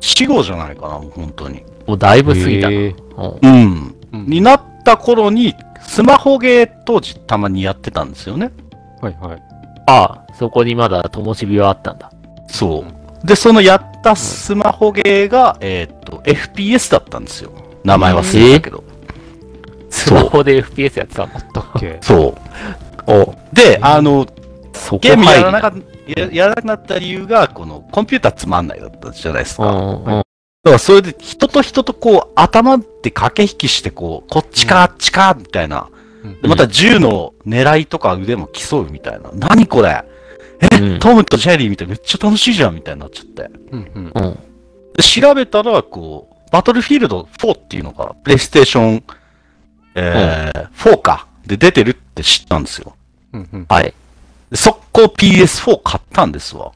5じゃないかな、本当に。
うだいぶ過ぎたな。
へー
うん
うん。
うん
になった頃に、スマホゲー当時たまにやってたんですよね。
はい はい。
ああ、そこにまだ灯火はあったんだ。
そう。で、そのやったスマホゲーが、えーっと、FPS だったんですよ。名前忘れたけど。
スマホで FPS やってたの。
だっけ
そう。
お
で、あの、
そこ
ゲームやらな
っ
かややらなくなった理由が、この、コンピューターつまんないだったじゃないです
う
か。だか
んうん
ら、それで、人と人とこう、頭って駆け引きして、こう、こっちか、あっちか、みたいな。
うん
でまた銃の狙いとか腕も競うみたいな。何これ
うん
トムとジェリーみたいなめっちゃ楽しいじゃんみたいになっちゃって。
うんうん。
うん。
で調べたら、こう、バトルフィールド4っていうのが、プレイステーション、えー4か。で出てるって知ったんですよ。
うんうん。
はい。
で速攻 PS4 買ったんですわ。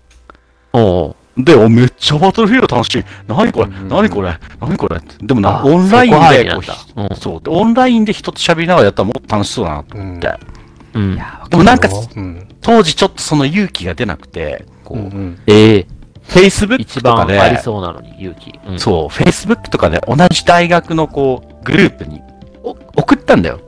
おう
で、おめっちゃバトルフィールド楽しい。何これ
うん
何これ何これでもな、
あ
オンライン
そこ入り
で
な
こ
ん
う
だ
ひ、
うん
そう。で、オンラインで人と喋りながらやったらもっと楽しそうだなと
うん
思って。
うん。
でもなんか、
うん。
当時ちょっとその勇気が出なくて、こ
う
う、
んうん。
ええ。
Facebook
一
とか
番
で、
ありそうなのに、勇気。うん
そう、Facebook とかで同じ大学のこう、グループにお送ったんだよ。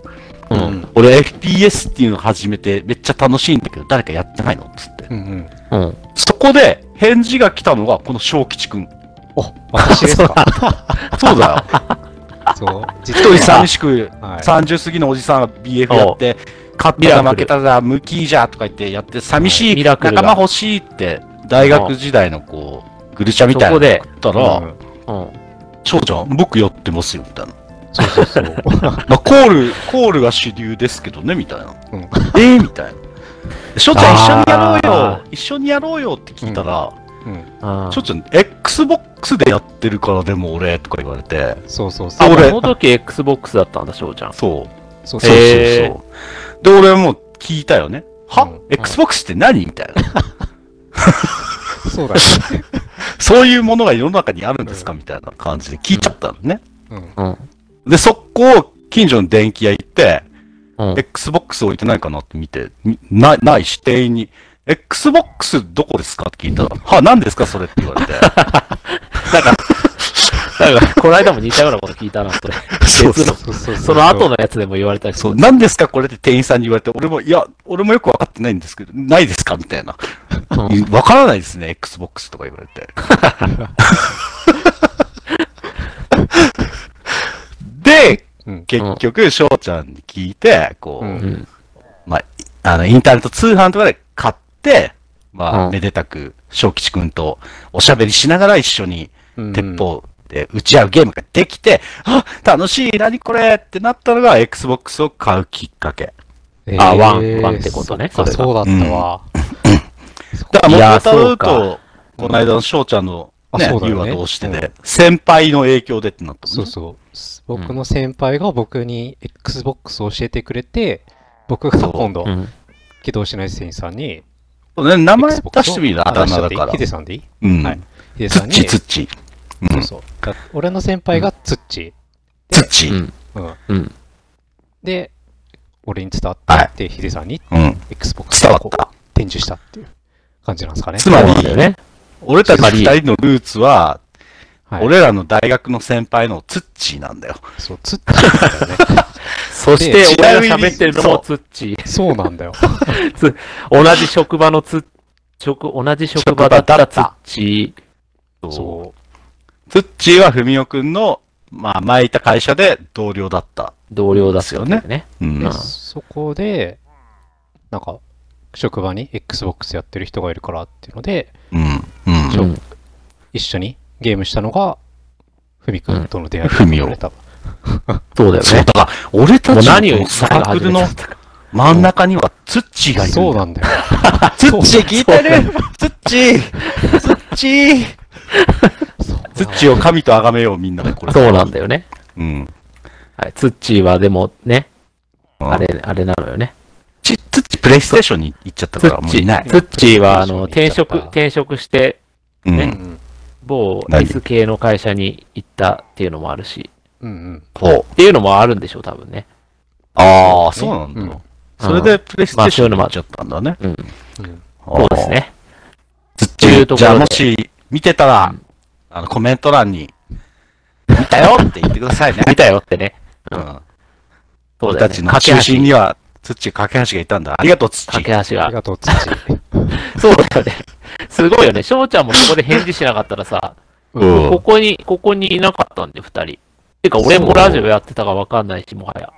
うん
うん
俺 FPS っていうの始めてめっちゃ楽しいんだけど、誰かやってないのっつって。
うんう
う
ん。
ん。
そこで返事が来たのがこの小吉くん。
お、私ですか
そうだ よ。
そう。実
一人寂しく
はい
30過ぎのおじさんが BF やって、勝ったら負けたらムキーじゃとか言ってやって、寂し
ミ
い、
ラク
仲
ルが
間欲しいって、大学時代のこう、グルチャみたいな
そこで
送ったら、
うん
うん。
翔ちゃん、僕やってますよ、みたいな。
そうそうそう。
まあ、コール、コールが主流ですけどね、みたいな。
うん
えー、みたいな。翔ちゃん、一緒にやろう
あ
よ一緒にやろうよって聞いたら、
うん。
ああ
翔ちゃん、XBOX でやってるからでも俺、とか言われて、
そうそうそ
あ、
う。
俺
この時 XBOX だったんだ、翔ちゃん。
そう、
そう
そうそうそう。
へ
で、俺はもう聞いたよね。は、
うん
?Xbox って何みたいな。
そうだね。
そういうものが世の中にあるんですかみたいな感じで聞いちゃったのね。
うん。
うん。
で、速攻、近所の電気屋行って、
うん。
Xbox 置いてないかなって見て、みなないし、店員に、Xbox どこですかって聞いたら、は、何ですかそれって言われて。
だから、この間も似たようなこと聞いたな、 それ。
そう
別の
そうそうそう
その後のやつでも言われたし。
そう、何ですかこれって店員さんに言われて、俺も、いや、俺もよくわかってないんですけど、ないですかみたいな。
うん
いわからないですね、Xbox とか言われて。で、
うん。
結局、翔ちゃんに聞いて、こう、
うん
うん。
まあ、いあの、インターネット通販とかで買って、まあ、
うん
めでたく、翔吉くんとおしゃべりしながら一緒に、
うん
鉄。砲で打ち合うゲームができて、あ、楽しい、何これってなったのが、Xbox を買うきっかけ。
え
あワンワンってことね
そっか
それ
そうだったわ。
だから、
いや
元々
そ
言
う
う
か
と、この間の翔ちゃんの、
あ
ね
そう、だ
ゆ
よ
う
ね
はどうして
う
で、先輩の影響でってなったも
そ
ん
う
ね。
そう。僕の先輩が僕に Xbox を教えてくれて、僕が今度
う、ん。
起動しない店員さんに、
そうね、名前
Xbox を
出してみるな、あだ
出し
名
ちゃっ
だ
ていい
から
ヒ。デさんでいいうはい
ん。
ヒデ
つ
さん
っ
に。
ちつっち。う。
そうんそう。だ俺の先輩がツッチ
つっち
う。ん。
ー。うん。
うん。
で、俺に伝わって、
はい
で、ヒデさんに
うん。
Xbox
伝わ
を
った。
展示したっていう感じなんですかね。
つまり
そうなんだよね。
俺たち二人のルーツは、
はい、
俺らの大学の先輩のつっちなんだよ。
そう、ツッチーなんだ よね。
そして、
で
俺が喋ってるのも
そ。
ツッチー。
そうなんだよ。
同じ職場のツッ、職、同じ職場だったツッチー。
そう
つっちは文雄くんの、まあ、前いた会社で同僚だった。
同僚だったよね。ね
う
う。
ん
で、
うん。
そこで、なんか、職場に Xbox やってる人がいるからっていうので、
うん。
う。
うん
一緒にゲームしたのが、ふみくんとの出
う
会い
んふみお
た。
そうだよ
そう、
ね
だ。から、俺た
もう
ち
何を
のこのサークルの真ん中にはつっちがいる。
そうなんだよ。
つっち聞いてるつっちつっち
そう
つっちを神と崇めよう、みんなでこれ。
そうなんだよね。
うん。
はい。ツッチーはでもね、
うん
あれ、あれなのよね。
ち、つっちプレイステーションに行っちゃった
ツ
から、
ッ
も
チ
ういな
ー、
い。
ツッチーはあの、
転
転
職
職、転職して、
う。
うんん。
某
何
S 系の会社に行ったっていうのもあるし、
うんうん。
ほう。
っていうのもあるんでしょう、多分ね。
ああ、そうなんだ。
うん
それでプレイステーションに行っちゃったんだね。
うん。
うん。
そうですね。
あー。つっ
とい
ち
うところで
じゃあもし見てたら
う、
あの、コメント欄に、見たよって言ってくださいね。
見たよってね。
う
うん
ん。
そう
俺
だ
た
よね。
ちの中心には、つっち、架け橋がいたんだ。ありがとう、つっ
架
ち
け。橋
あ
が
り。がとう、つっ ちー。
そうだよね。すごいよね。翔ちゃんもそこで返事しなかったらさ、
うん
ここに、ここにいなかったんで、二人。てか、俺もラジオやってたかわかんないし、もは や。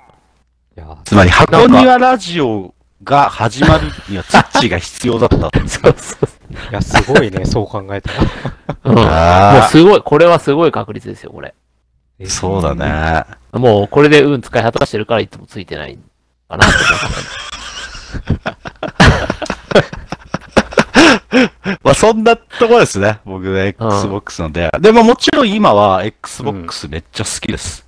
いや、
つまり、箱庭ラジオが始まるには、つっちが必要だった。
そうそう。
いや、すごいね、そう考えたら。
うん。もう
あ
すごい、これはすごい確率ですよ、これ。
あ、 そうだね。
もう、これで運使い果たしてるからいつもついてない かなって
まあそんなところですね。僕の Xbox の出会い。でももちろん今は Xbox めっちゃ好きです。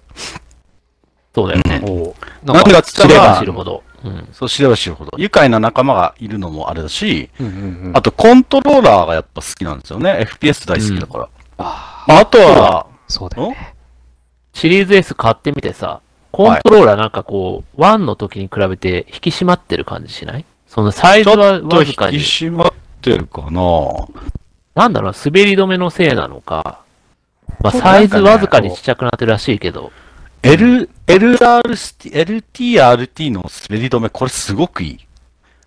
そうだよね。
おう
なんでかっつ
知
っ
れ
た
ば
ら
知、るほど。うん。
そう知れば知るほど。愉快な仲間がいるのもあれだし、
うんうんうん。
あとコントローラーがやっぱ好きなんですよね。FPS 大好きだから。
あ
まああとは、
そうだよね。
シリーズ S 買ってみてさ、コントローラーなんかこう、1の時に比べて引き締まってる感じしないそのサイ
ち
ズ
ょ
は
っと
わ
引き
ずかに。
締まってるかな
なんだろう、滑り止めのせいなのか。まあ、
そう
サイ
な
ズ
んかね
わずかにちっちゃくなってるらしいけど。
L、LRT、LTRT の滑り止め、これすごくい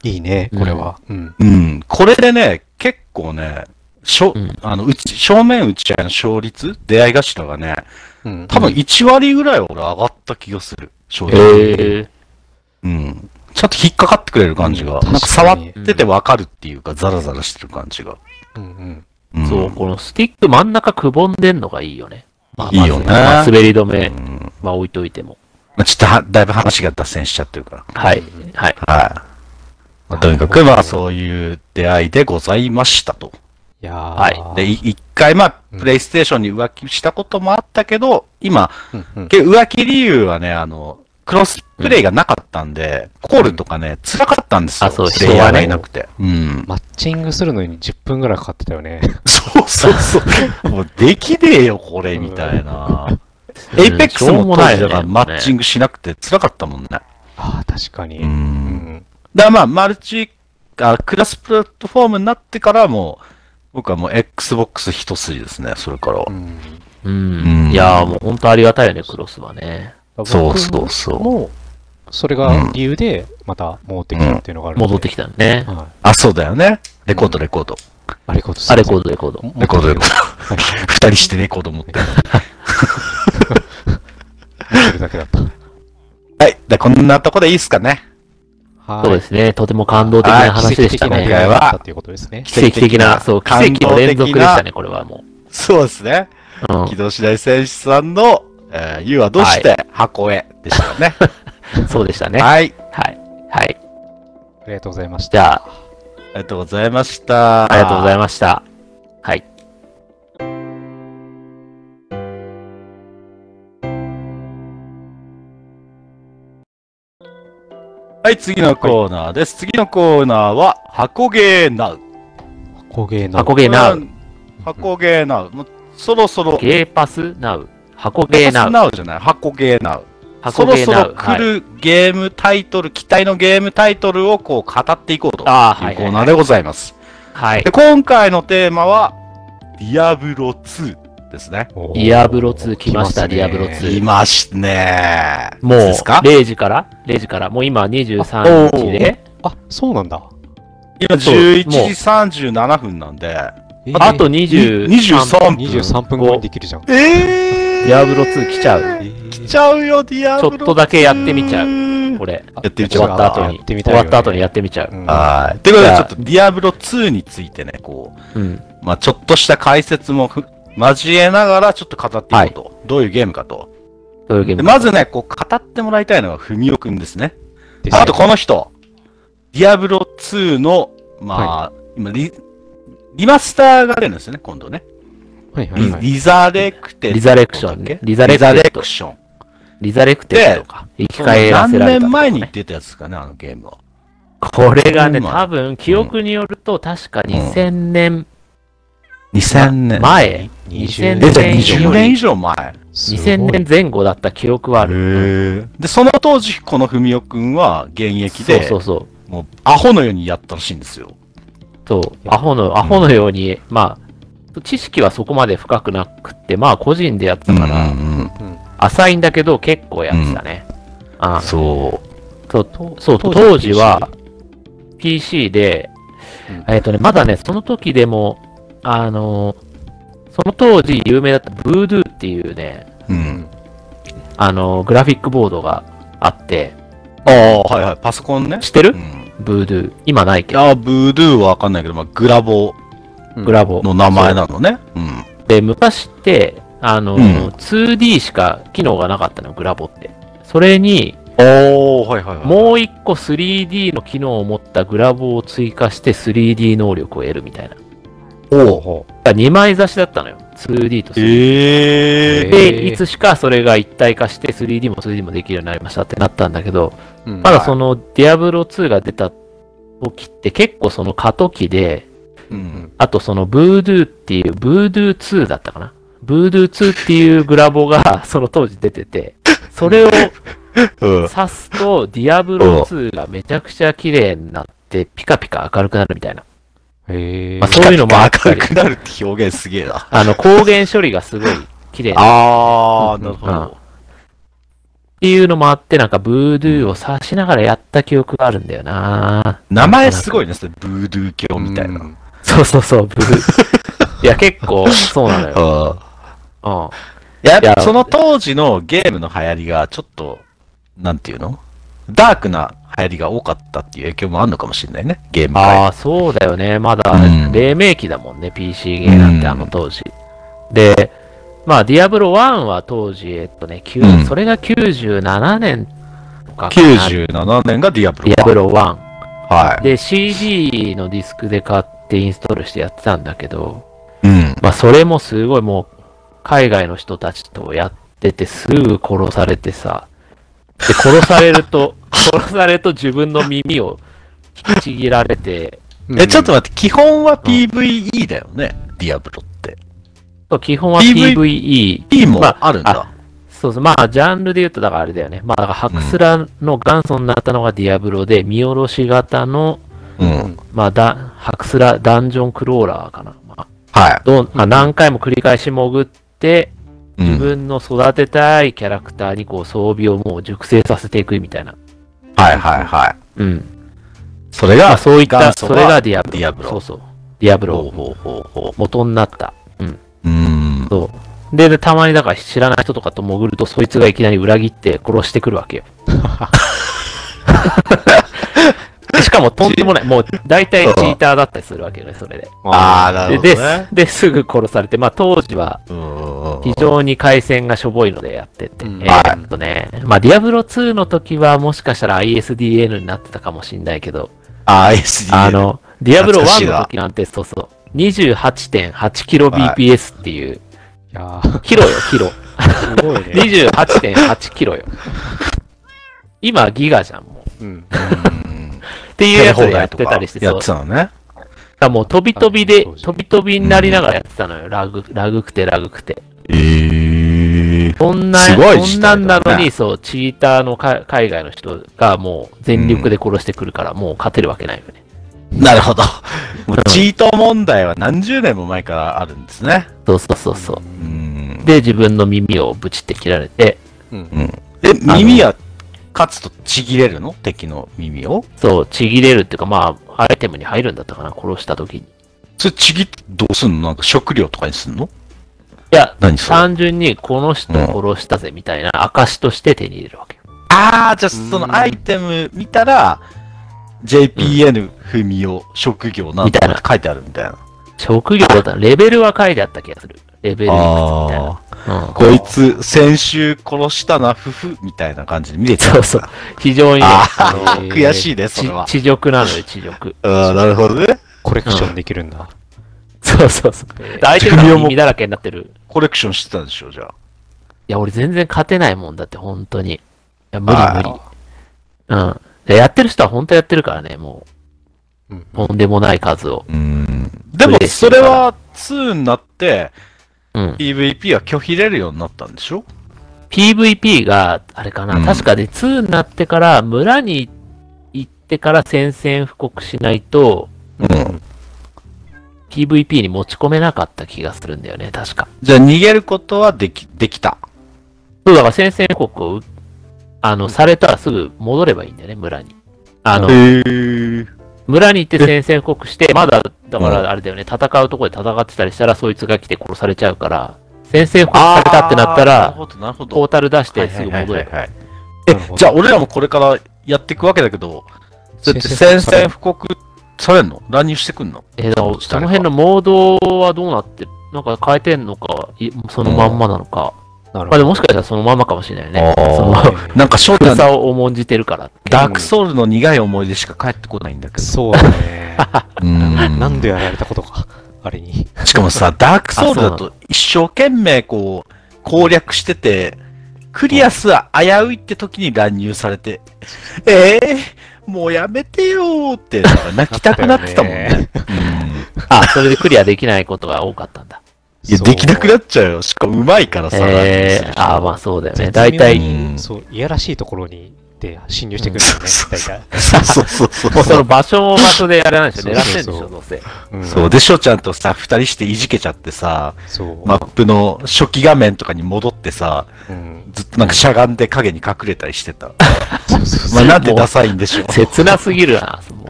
い。
いいね、これは。うん。
うん。これでね、結構ね、しょ、
うん
あの、うち、正面打ち合いの勝率出会い頭がね、
うん。
多分1割ぐらい俺上がった気がする。正直。
へえ。
うん。ちゃんと引っかかってくれる感じが。
うん
なんか触っててわかるっていうか、ザラザラしてる感じが。
うんうん。
ん
そう、このスティック真ん中くぼんでんのがいいよね。まあ
いいよね
まあ滑り止
う
め
んま
は置いといても。
あ、ちょっとは、だいぶ話が脱線しちゃってるから。
はい。はい。
はい。まあ、とにかく、まあ、そういう出会いでございましたと。
いや
は
で、
い。
い一回、まあ、
うん
プレイステーションに浮気したこともあったけど、今、
うんうん
け浮気理由はね、あの、クロスプレイがなかったんで、コールとかね、辛かったんですよ。
あそう
プレイヤー
人が
が
ね
いなくて。 うん。
マッチングするのに10分ぐらいかかってたよね。
そうそうそう。 もうできねえよ、これ、みたいな。エイペックスも当時だからマッチン
グ。
グしなくて辛かったもんね。
ああ、確かに。
う。
うんん。
だからまあ、マルチ、あクラスプラットフォームになってからもう、僕はもう Xbox 一筋ですね、それからは
う。ん
うん。いやーもう本当ありがたいよね、クロスはね。
そうそうそう
僕もそれが理由で、また戻ってきたっていうのがあるんで。
戻ってきたのね。
はい。
あ、そうだよね。レコード、レコード。
あ、レコード
あ、レコード、レコード。
ド
レコー ド、レコード。二人してレコード持 って。
持ってるだけだった。
はい。で、こんなとこでいいっすかね。
はい。。
そうですすね。とても感動的な話でした
はい奇跡的な。
ね
出会いだったっていうことですね。
奇跡的な、そう、奇
感動的
跡
な
の連続でしたね、これはも
そうですね。
う。うん
木戸次第選手さんの、えー、ゆうはどうして箱へでしたよね。
そうでした ね。はい。
はい。
はい。
ありがとうございました。
じゃあ、
ありがとうございました。
ありがとうございました。はい。
はい、次のコーナーです。次のコーナーは、箱ゲーナウ。
工芸の。
箱芸ナ
う
ウ。
ん箱ゲーナウ。もうそろそろ、
ゲーパスナウ。箱ゲーナウ。
ナウじゃない、箱ゲーナウ。
箱
そろ
ゲー
そ
ナ
ろ
ウ。
来
はい。
るゲームタイトル、期待のゲームタイトルをこう語っていこうというコ
あーはいはいはい
ーナーでございます。
はい
で。今回のテーマは、ディアブロ2ですね。
おー
ディアブロ2来ました
来すね
ディアブロ2
いましたね。
もう、
ですか
0時から、0時から、もう今23日で、
あ、そうなんだ。
今
そう
11時37分なんで、
えー
あと23
23
分。
23分後にできるじゃん。
えー
ディアブロ2来ちゃう
えー
来ちゃうよ、ディアブロ2
ちょっとだけやってみちゃう
う
これ、
やってみち
終
ゃう
わった後に、
やってみた
終
いよ
わ
ね
った後にやってみちゃう。
うん
はい。ということ
じ
で、
ゃあ
ちょっとディアブロ2についてね、こう、
うん。
まあちょっとした解説もふ交えながら、ちょっと語っていこうと。どういうゲームかと。
そういうゲー
で
ム。
まずね、こう、語ってもらいたいのは、ふみおくんですね。
です
あと、この人、ディアブロ2の、まあ、今リ、リマスターが出るんですよね、今度ね。
はいはい
リ
はい。
リザレクテッド
リザレクションね。リザレ
リ
クテ
ザレ
ッド
ク。ション。
リザレクテッドか。生き返ら
何
せられた
年
とかね、
前に出たやつですかね、あのゲームは。
これがね、
うん
多分、記憶によると、確か2000年
2000年。
前、
20
出
出
た
た
20
20
年
年
以上前。
すごい
2000年前後だった記憶はある。
へで、その当時、この文雄くんは現役
そう
で、
そうそう。
もう、アホのようにやったらしいんですよ。
そう、アホの、アホのように、まあ、知識はそこまで深くなくって、まあ、個人でやってたから、浅いんだけど、結構やってたね。ああ
そ
そう、
と
そう当時は、PC で
うん、
えっとね、まだね、その時でも、あの、その当時有名だったブードゥーっていうね、
う。うん。
あの、グラフィックボードがあって、
ああ、はいはい、パソコンね。
知ってる
うん。
ブードゥー。今ない
い
けど、
や、ブードゥーはわかんないけど、まあ、グラボ
うん
グラボ。
の名前なのね。うん。
で、昔って、あの、
うん
2D しか機能がなかったのよ、グラボって。それに、
おー、はいはいはい。
もう一個 3D の機能を持ったグラボを追加して 3D 能力を得るみたいな。
おお。
2枚差しだったのよ、2D と 3D。
ええ。
で、
えー
いつしかそれが一体化して 3D も 2D もできるようになりましたってなったんだけど、
うん
まだそのディアブロ2が出た時って結構その過渡期で、
うん。
あとそのブードゥーっていう、ブードゥー2だったかな。ブードゥー2っていうグラボがその当時出てて、それを
うん。
刺すとディアブロ2がめちゃくちゃ綺麗になってピカピカ明るくなるみたいな。
へえ
まあそういうのもあった
明
り
るくなるって表現すげえな。
あの光源処理がすごい綺麗になる
ああ、なるほ
うん
ど。
っていうのもあって、なんかブードゥーを指しながらやった記憶があるんだよな
名前すごいね、それ。ブードゥー教みたいな。
うん
そうそうそう、ブー。 いや、結構、そうなの よ。
ああ。
うん。
やっ
いや
ぱその当時のゲームの流行りがちょっと、なんていうのダークな流行りが多かったっていう影響もあるのかもしれないね、ゲーム界。
ああ、そうだよね。まだ
うん、
黎明期だもんね、PC ゲーなん
うん
て、あの当時。で、まあ、ディアブロ1は当時、えっとね、きゅう
うん
それが97年とかかな。
97年がディアブロ
ディアブロ1。
は
で、CD のディスクで買ってインストールしてやってたんだけど、
い。うん。
まあ、それもすごいもう、海外の人たちとやってて、すぐ殺されてさ、で、殺されると、 殺されると自分の耳を引きちぎられて、
え、ちょっと待って、基本は PVE だよね、ディアブロって。
そう基本は
PV
PVE。
P も
まあ
あるんだ。
そうそう、まあ、ジャンルで言うと、だからあれだよね。まあ、だからハクスラの元祖になったのがディアブロで、見下ろし型の、
うん。
まあ、だハクスラダンジョンクローラーかな。まあ、
は
どうまあ、何回も繰り返し潜って、
い。う
自
ん、
分の育てたいキャラクターにこう装備をもう熟成させていくみたいな。
はいはいはい。
うん。
それ
ま
が、
あ、そういった、
元祖
そ
は
れがディアブロ。
ディアブロ
そうそう。ディアブ
ほう
ロ。
ほうほうほ
元になった。
う。うん。
そう。で、でたまにだから知らない人とかと潜ると、そいつがいきなり裏切って殺してくるわ けよ。でしかもとんでもない。もう、大体チーターだったりするわけよね、それで。
あー、な
で
るほどね。
で、すぐ殺されて、まあ当時は
うん
非常に回線がしょぼいのでやってて、
うん
えーっとね、まあディアブロ2の時はもしかしたら ISDN になってたかもしんないけど、
あー、SD。
あ、の、ディアブロ
懐かしい
1
わ
の時なんて、そうそう、28.8kbps っていう、
いやー
キロよ、キロ。
すごいね。
28.8キロよ。今、ギガじゃん、もう。
うん。
っていうやつでやってたりして、
や
そう
って。たのね。
だからもう飛び飛びで、
あそうそう
飛び飛びになりながらやってたのよ。ラグ、ラグくてラグくて。
えー。
そんな、
すごい
そ
時
ん
代だ
な
ね
んなのに、そう、チーターのか海外の人がもう全力で殺してくるから、もう勝てるわけないよね。
なる ほど。もうチート問題は何十年も前からあるんですね。
そうそうそうそうう。
ん。
で、自分の耳をブチって切られて、
うん。
うんえ、耳は、勝つとちぎれるの敵の耳を
そう、ちぎれるっていうか、まあ、アイテムに入るんだったかな、殺した時に。い
それちぎってどうすんのなんか食料とかにすんの
や、
何それ
単純にこの人殺したぜみたいな証として手に入れるわけよ。
ああ、じゃあ
うん
そのアイテム見たら、JPN ふみお職業なん
み
て
たいな
書いてあるみたいな。
職業だったらレベルは書いてあった気がする。レベルいくつみたいな。
ああ、
うん
こいつ先週殺したな、ふふ、みたいな感じで見れちゃう。
そうそう。非常にね、
あ
あ
ー
の
悔しいね、そ
ち
れは。
地獄なのよ、地獄。
ああ、なるほどね。
コレクションできるんだ。
そうそうそう。相手
寿命
が
も
耳だらけになってる。
コレクションしてたんでしょ、じゃあ。
いや、俺全然勝てないもんだって、本当に。いや、無理
あー
無理。うん。でやってる人は本当やってるからね、も
うん
う、とんでもない数を。
うん。でも
嬉、しい
そ
から
れは2になって、
うん。
PVP は拒否れるようになったんでしょ
PVP が、あれかな、
うん
確かで2になってから、村に行ってから宣戦布告しないと、
うん。
PVP に持ち込めなかった気がするんだよね、確か。
じゃあ逃げることはでき、できた。
そう、だから宣戦布告を、あの、されたらすぐ戻ればいいんだよね、村に。あの、
へえ。
村に行って宣戦布告して、まだ、だか
うん
らあれだよね、戦うとこで戦ってたりしたら、そいつが来て殺されちゃうから、宣戦布告されたってなっ
な
た
る
ら、
ほど、なるほど。
トータル出し
は
て
い
すぐ戻
はいは
れば。
いはい
なるほ
え、
ど
じゃあ俺らもこれからやっていくわけだけど、そうやって宣戦布告されんの乱入してくんの
えーだからその辺のモードはどうなってるなんか変えてんのか、いそのまんまなのか。
なる
まあで
ほど。
ももしかしたらそのまんまかもしれないよね。
あー
その、
なんか翔
古
太、
さを重んじて るから。
ダークソウルの苦い思い出しか帰ってこないんだけど。
そうだね。
うん
何度やられたことか。あれに。
しかも さ、ダークソウルだ
あそ
と一生懸命こう、攻略してて、クリアすら危ういって時に乱入されて、ええもうやめてよーって、なんか泣きたくなってたもん
な
ね。うん
あ、それでクリアできないことが多かったんだ。
いや、できなくなっちゃうよ。しかもうまいからさ、
え
乱入す
ー
る、人
あーまあそうだよね。
絶
大
妙
体、
うん
にそう、いやらしいところに、で、侵入してくるんだよね、大体。
そうそうそう
もうそ
そ
の
う。
場所も場所でやらないでしょ。
そう
狙
そう
っ
そ
てんで
う
しょ、どうせ。
うん
そう。で、翔ちゃんとさ、二人していじけちゃってさ、
そう。
マップの初期画面とかに戻ってさ、
うん。
ずっとなんかしゃがんで影に隠れたりしてた。
そうそ
まあ
うそう。
なんでダサいんでしょう。
切なすぎるな、もう。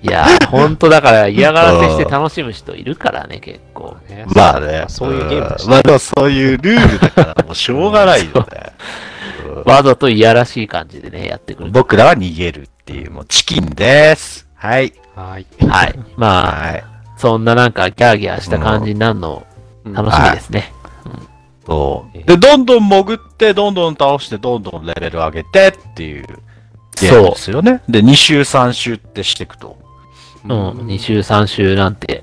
いやー、ほんとだから嫌がらせして楽しむ人いるからね、結構。
ね
まあね。
そういうゲームだし
うんまあでもそういうルールだから、もうしょうがない よね。
わざといやらしい感じでね、やってくる。
僕らは逃げるっていう、もうチキンです。はい。
はい。
はい。まあ、
はい。
そんななんかギャーギャーした感じになるの楽しみですね。
そう。で、どんどん潜って、どんどん倒して、どんどんレベル上げてっていうゲームですよね。で、2周3周ってしていくと。
うん。2週、3週なんて、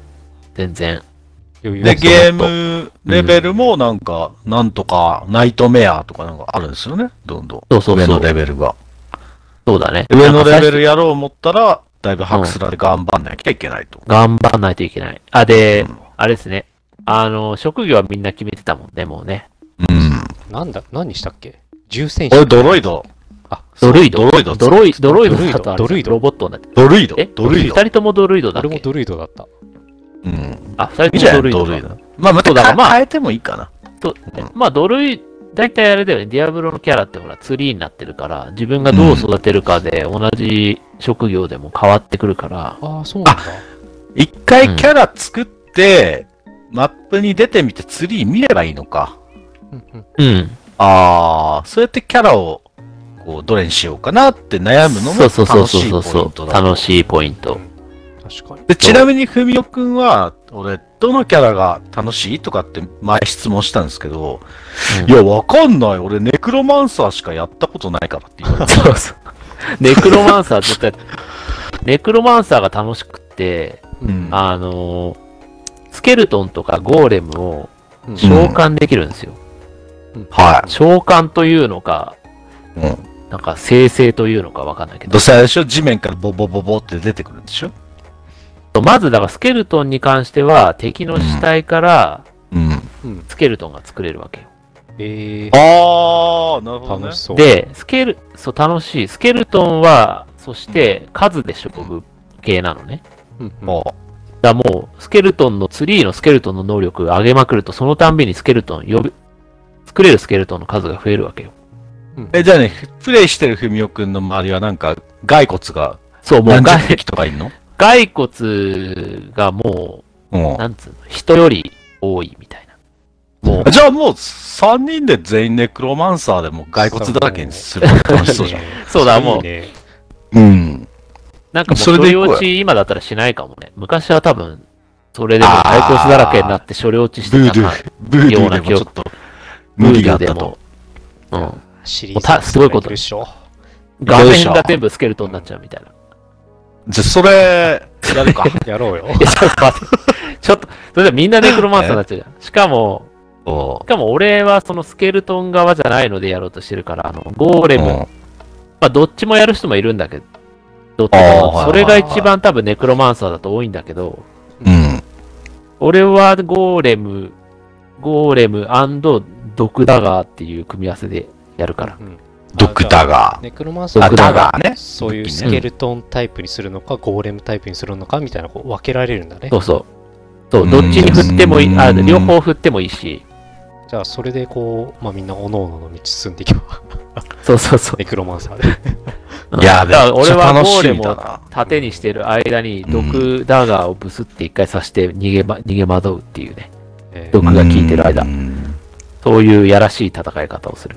全然
余裕
で、ゲー
ム
ムレベルもなんか、なんとか、ナイトメアとかなんかあるんですよね、どんどん。
そうそう
上
そ
の
う。
レベルが。
そうだね。
上のレベ
ル。
ルやろう思ったら、だいぶハクスラで頑張んなきゃいけないと。
頑張らないといけない。あ、で、
うん
あれですね。あの、職業はみんな決めてたもんね、もうね。
うん。
なんだ、何したっけ重戦
こ
士
れ。ドロイド。
あ、
ドルイド。
ドロイド
ドロイド。ドロイド
ドルイド
だとあれ
ドルイド
ロボットになって
ドルイド
え。
ドルイド
二。人ともドルイドだっ
俺も
け
ドルイドだった。
うん。
あ、二
いい
人
じゃ
とも
ん、
ドルイド
ドル
だ
イド。まあ、また
そうだからまあ
変えてもいいかな。
と
うん
まあ、ドルイ、大体あれだよね、ディアブロのキャラってほら、ツリーになってるから、自分がどう育てるかで、同じ職業でも変わってくるから、
ああ、そうなんだ。
一回キャラ作って、マップに出てみてツリー見ればいいのか。
うんうん
うん。
ああ、そうやってキャラを、こう、どれにしようかなって悩むのも
そ
楽
うそうそう
しい
そう
ポイ
そ
ント
う、
だ。
楽しいポイント。
確かに。
でちなみに、ふみおくんは、俺、どのキャラが楽しいとかって前質問したんですけど、
うん
いや、わかんない。俺、ネクロマンサーしかやったことないからって言われて。
そうそう。ネクロマンサー 絶対、ネクロマンサーが楽しくって、
うん
あのースケルトンとかゴーレムを
うん
召喚できるんですよ。
は
召喚というのか、
い。うん。
なんか生成というのかわかんないけど
どう、せあれでしょ地面からボボボボって出てくるんでしょ
まずだからスケルトンに関しては敵の死体から
うん。
うん
スケルトンが作れるわけよ。
え
ああ、なる
ー、
ほど
楽
ね
し。そう。、
で、スケル、そう楽しい。スケルトンは、そして数で勝負系なのね。
うんうん
も
だからもう、スケルトンの、ツリーのスケルトンの能力を上げまくると、そのたんびにスケルトン、呼び、作れるスケルトンの数が増えるわけよ。
う。え、じゃあね、プレイしてるふみおくんの周りはなんか、骸骨が
そう、もう
何
骸、
十匹とかいんの
骸骨がも
うん
う、。なんつうの、人より多いみたいな。もう、
じゃあもう3人で全員ネクロマンサーでもう骸骨だらけにする楽しそう じゃん。
そうだ、も
いうい、ね
うん。
なんかもう、
そ
そ
れで
れ
行こうよ
落ち、今だったらしないかもね。昔は多分、それでも骸骨だらけになって、それ落ちし
ブ
て
ードゥ
たな
ー、ブードゥーでもちょっと無理があったと。。
ブードゥーでもうん。
シリ
もう
ーズ
たすごいこと
作られてるっしょ。
画面が全部スケルトンになっちゃうみたいな。
じゃあそれ、やるか。
やろうよ。
えちょっと待って。ちょっと、それじゃみんなネクロマンサーになっちゃうじゃん。しかも、
お
しかも俺はそのスケルトン側じゃないのでやろうとしてるから、あの、ゴーレム、まあどっちもやる人もいるんだけど、どっちも
あー
それ
は
が
いはいはい
一番多分ネクロマンサーだと多いんだけど、
うん。
俺はゴーレム、ゴーレム毒ダガーっていう組み合わせでやるから。
うん
ドクター。が
あじゃあ。ネクロマンサ
あ、
ー
ドクタ
ダ
ー
ガーね。
そういうスケルトンタイプにするのか、ゴーレムタイプにするのかみたいな、こう分けられるんだね
そ。うそう。そうう、
ん
どっちに振ってもいい、あ、
うん
両方振ってもいいし、
じゃあ、それでこう、まあみんな各々の道進んでいけば、
そうそうそう。
ネクロマンサーで。
うん
いやー、
だから俺は
めっち
ゴ
ゃ
ー
楽し
レム
み
を
だな。
盾にしてる間に毒ダガーをブスって一回刺して逃げ,、ま、逃げ惑うっていうね。
え
ど僕が聞いてる間
うん
そういうやらしい戦い方をする。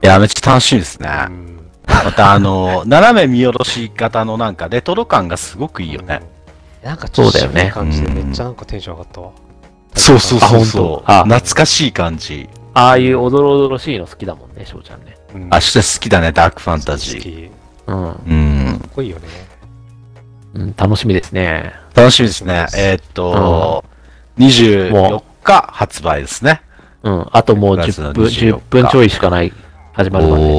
いや、めっちゃ楽しみです ね。
ーうん
またあの、斜め見下ろし型のなんかレトロ感がすごくいいよね。
なんかちょっと
そうだよね
渋い感じで、めっちゃなんかテンション上がったわ。
そうそうそう
あ本
そう。
当あ
懐かしい感じ。
ああいうおどろおどろしいの好きだもんね、翔ちゃんね。
うん
あ、して好きだね、ダークファンタジー。
好き
うん。
うん
か。っこいいよね。
うん、楽しみですね。
楽しみですね。えーっと、24日発売ですね。
うん。あともう10分、
10
10
日
分ちょいしかない、始まるからね。
おー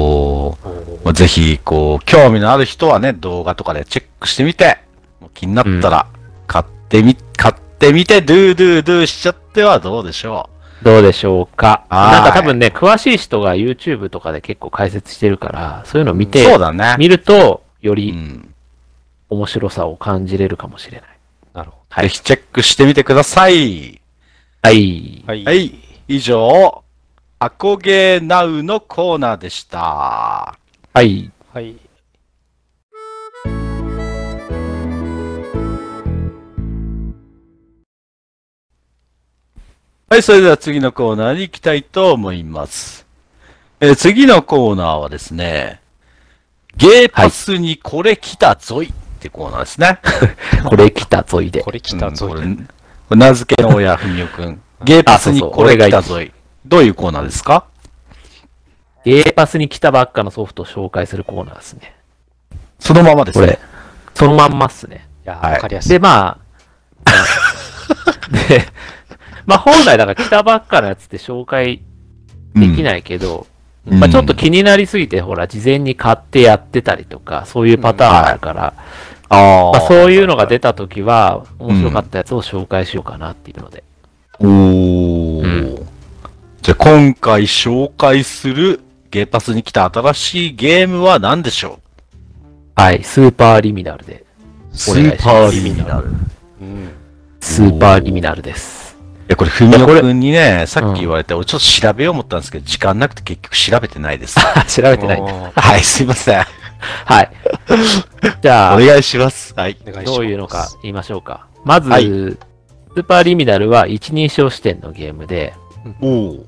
おー
まあぜひ、こう、興味のある人はね、動画とかでチェックしてみて、もう気になったら、買ってみ、買ってみて、ドゥードゥードゥーしちゃってはどうでしょ
どうでしょうか。
はい
なんか多分ね、詳しい人が YouTube とかで結構解説してるから、そういうの見
う。
て、
そうだね。
見ると、よ
う
り
ん。
面白さを感じれるかもしれない。
なるほ
ぜひチェックしてみてください。
はい
ど。。はい
はい。以上、アコゲーナウのコーナーでした。
はい。
はい。
はい、それでは次のコーナーに行きたいと思います。えー次のコーナーはですね、ゲーパスにこれ来たぞいってコーナーですね。
これ来たぞいで
こ。れ来たぞ。
うんこれこれ名付けの親、ふみおくん。ゲーパスにこれ来たぞい。どういうコーナーですか
ゲーパスに来たばっかのソフトを紹介するコーナーですね。
そのままです
これ
ね。、
そのまんまっすね。
いやー、
はい
わかりやすい。
で、まあ、で、まあ本来だから来たばっかのやつって紹介できないけど、
うん
まあちょっと気になりすぎて、ほら、事前に買ってやってたりとか、そういうパターンあるから、
あ
まあ
あ、
そういうのが出たときは、面白かったやつを紹介しようかなっていうので。
おお、
うん
じゃあ今回紹介するゲーパスに来た新しいゲームは何でしょ
はい、スーパーリミナルで。
う
お願いします
ナル。い
うん。
スーパーリミナルです。
や、これ、ふみお
いやこれ
くんにね、さっき言われて、俺ちょっと調べよう思ったんですけど、時間なくて結局調べてない です。
あ調べてないんだ。
お
はい、すいません。
はい。じゃ
お
あ、
願いします。はい。
願いします。
どういうのか言いましょうか。まず、
はい
スーパーリミナルは一人称視点のゲームで、
おお。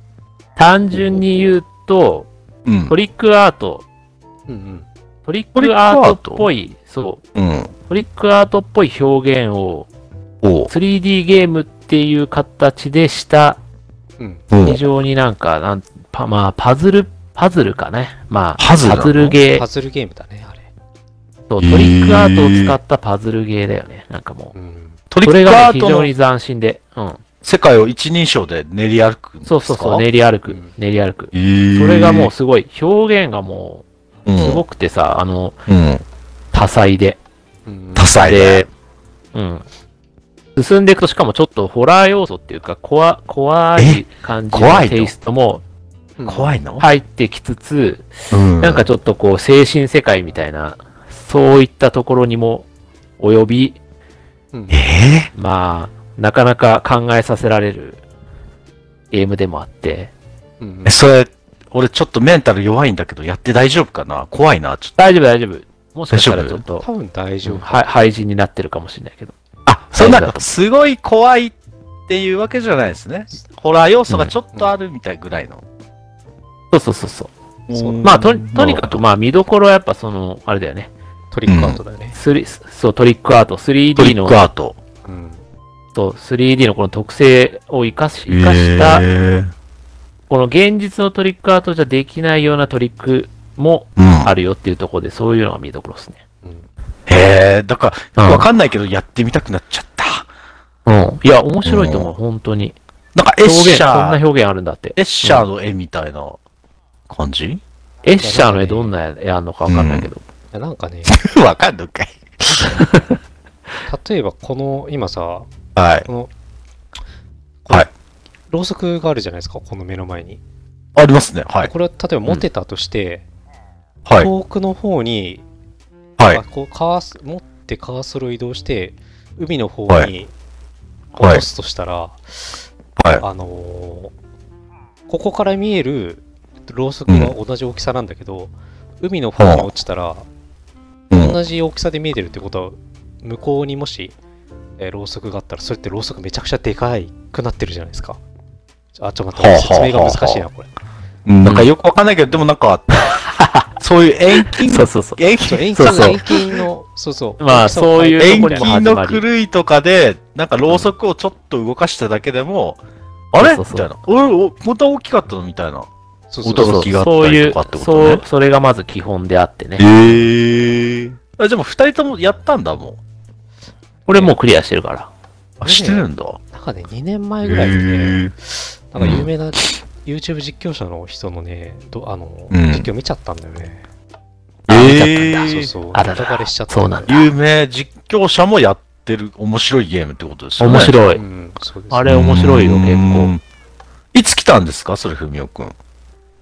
単純に言うと、
うん
ト。リックアート、
うん
トリックアートっぽい、そう、
うん。
トリックアートっぽい表現を
おう
3D ゲームっていう形でした、
うん。うん。
お
非
う。
常になんか、なんパまあ、パズル、パズルかね。まあ、
パズルなの
ゲー
パズルゲームだね、あれ。
とト
へー
リックアートを使ったパズルゲーだよね。なんかもう。
うん。
トリ
そ
ッ
れ
ク
が
ア
ね
ー
非
ト
常
の
に斬新で。うん。
世界を一人称で練り歩くんですか
そうそうそう、。練り歩く
うん。
練り歩く。
えー
それがもう、すごい、表現がも
う
う、すご
ん
くてさ、あの、
うん。
多彩で。
うん
多彩で
で。、うん。進んでいくと、しかもちょっとホラー要素っていうか、怖、怖い感じの
怖いの
テイストも
怖いの
入ってきつつ、
うん
なんかちょっとこう、精神世界みたいな、そういったところにも及び、
うん
ええ
まあ、なかなか考えさせられるゲームでもあって、
うん
えそれ、俺ちょっとメンタル弱いんだけど、やって大丈夫かな怖いな、ちょっ
大丈夫大丈夫。もしかしたら
大
ち
丈
ょっと、
多分大丈夫。
は廃人になってるかもしれないけど。
と。あ、そん
大丈
な
夫、
すごい怖いっていうわけじゃないですね。ホラー要素がちょっとあるみたいぐらいの。
そうそうそうそう。
そう
まあ、とにとにかく、まあ、見どころはやっぱその、あれだよね。
トリックアウトだよね。
スリそう、トリックアート、
トリ
3D
ッ
の
ク、アート。
うん。
そう 3D のこの特性を生かし、生かした、この現実のトリックアートじゃできないようなトリックも
うん。
あるよっていうところで、そういうのが見どころですね。
へえ、だか
う
ら、
ん
わかんないけど、やってみたくなっちゃった。
うん。いや、面白いと思う、本当に。
なんか、エッ
表現、
シ
そんな
ャー、
表現あるんだって。
エッシャーの絵みたいな感じ
エッシャーの絵どんな絵あんのかわかんないけど。
いやなんかね、
わかん のかい。
例えばこの、今さ、
はい。
この、
はい。
ろうそくがあるじゃないですか、この目の前に。
ありますね。はい。
これを例えば持てたとして、
はい。
遠くの方に、
はい
あ。こうカース持ってカーソルを移動して、海の方
は
に
はい
落とすとしたら、
はい。
あのーここから見えるろうそくは同じ大きさなんだけど、海の方に落ちたら、
うん。
同じ大きさで見えてるってことは向こうにもし、えーろうそくがあったらそれってろうそくめちゃくちゃでかいくなってるじゃないですかあちょっと待っ
は
て
あはあ
説明が難しいなこれ
うんなんか、よくわかんないけど、でもなん か、そういう遠近
そうそうそう。
遠
そう
近
遠
そう
近
そう
遠近のそうそう
まあ
大きさを変え
そういう
て
遠
とこにも
近
始まり
の狂いとかで、なんかろうそくをちょっと動かしただけでも、あれみ
そうそ
た
うそ
いうな。おお、また大きかったのみたいな。
そうそう
驚きがあった
そうい
りと
う
かって、こと
そう
ね。、
それがまず基本であってね。
へえ。あ、でも二人ともやったんだもん。
これもうクリアしてるから。
あ、してるんだ。
なんかね2年前ぐらいにね
へえ。
なんか有名な YouTube 実況者の人のねどあの、
うん
実況見ちゃったんだよね、
えー
そうそう
あらら
ネタバレしちゃった
そうなんだ。
有名実況者もやってる面白いゲームってことですよね。
面白
う
い。
んそうです
あれ面白いよ、結構。
構。いつ来たんですかそれ、ふみおくん。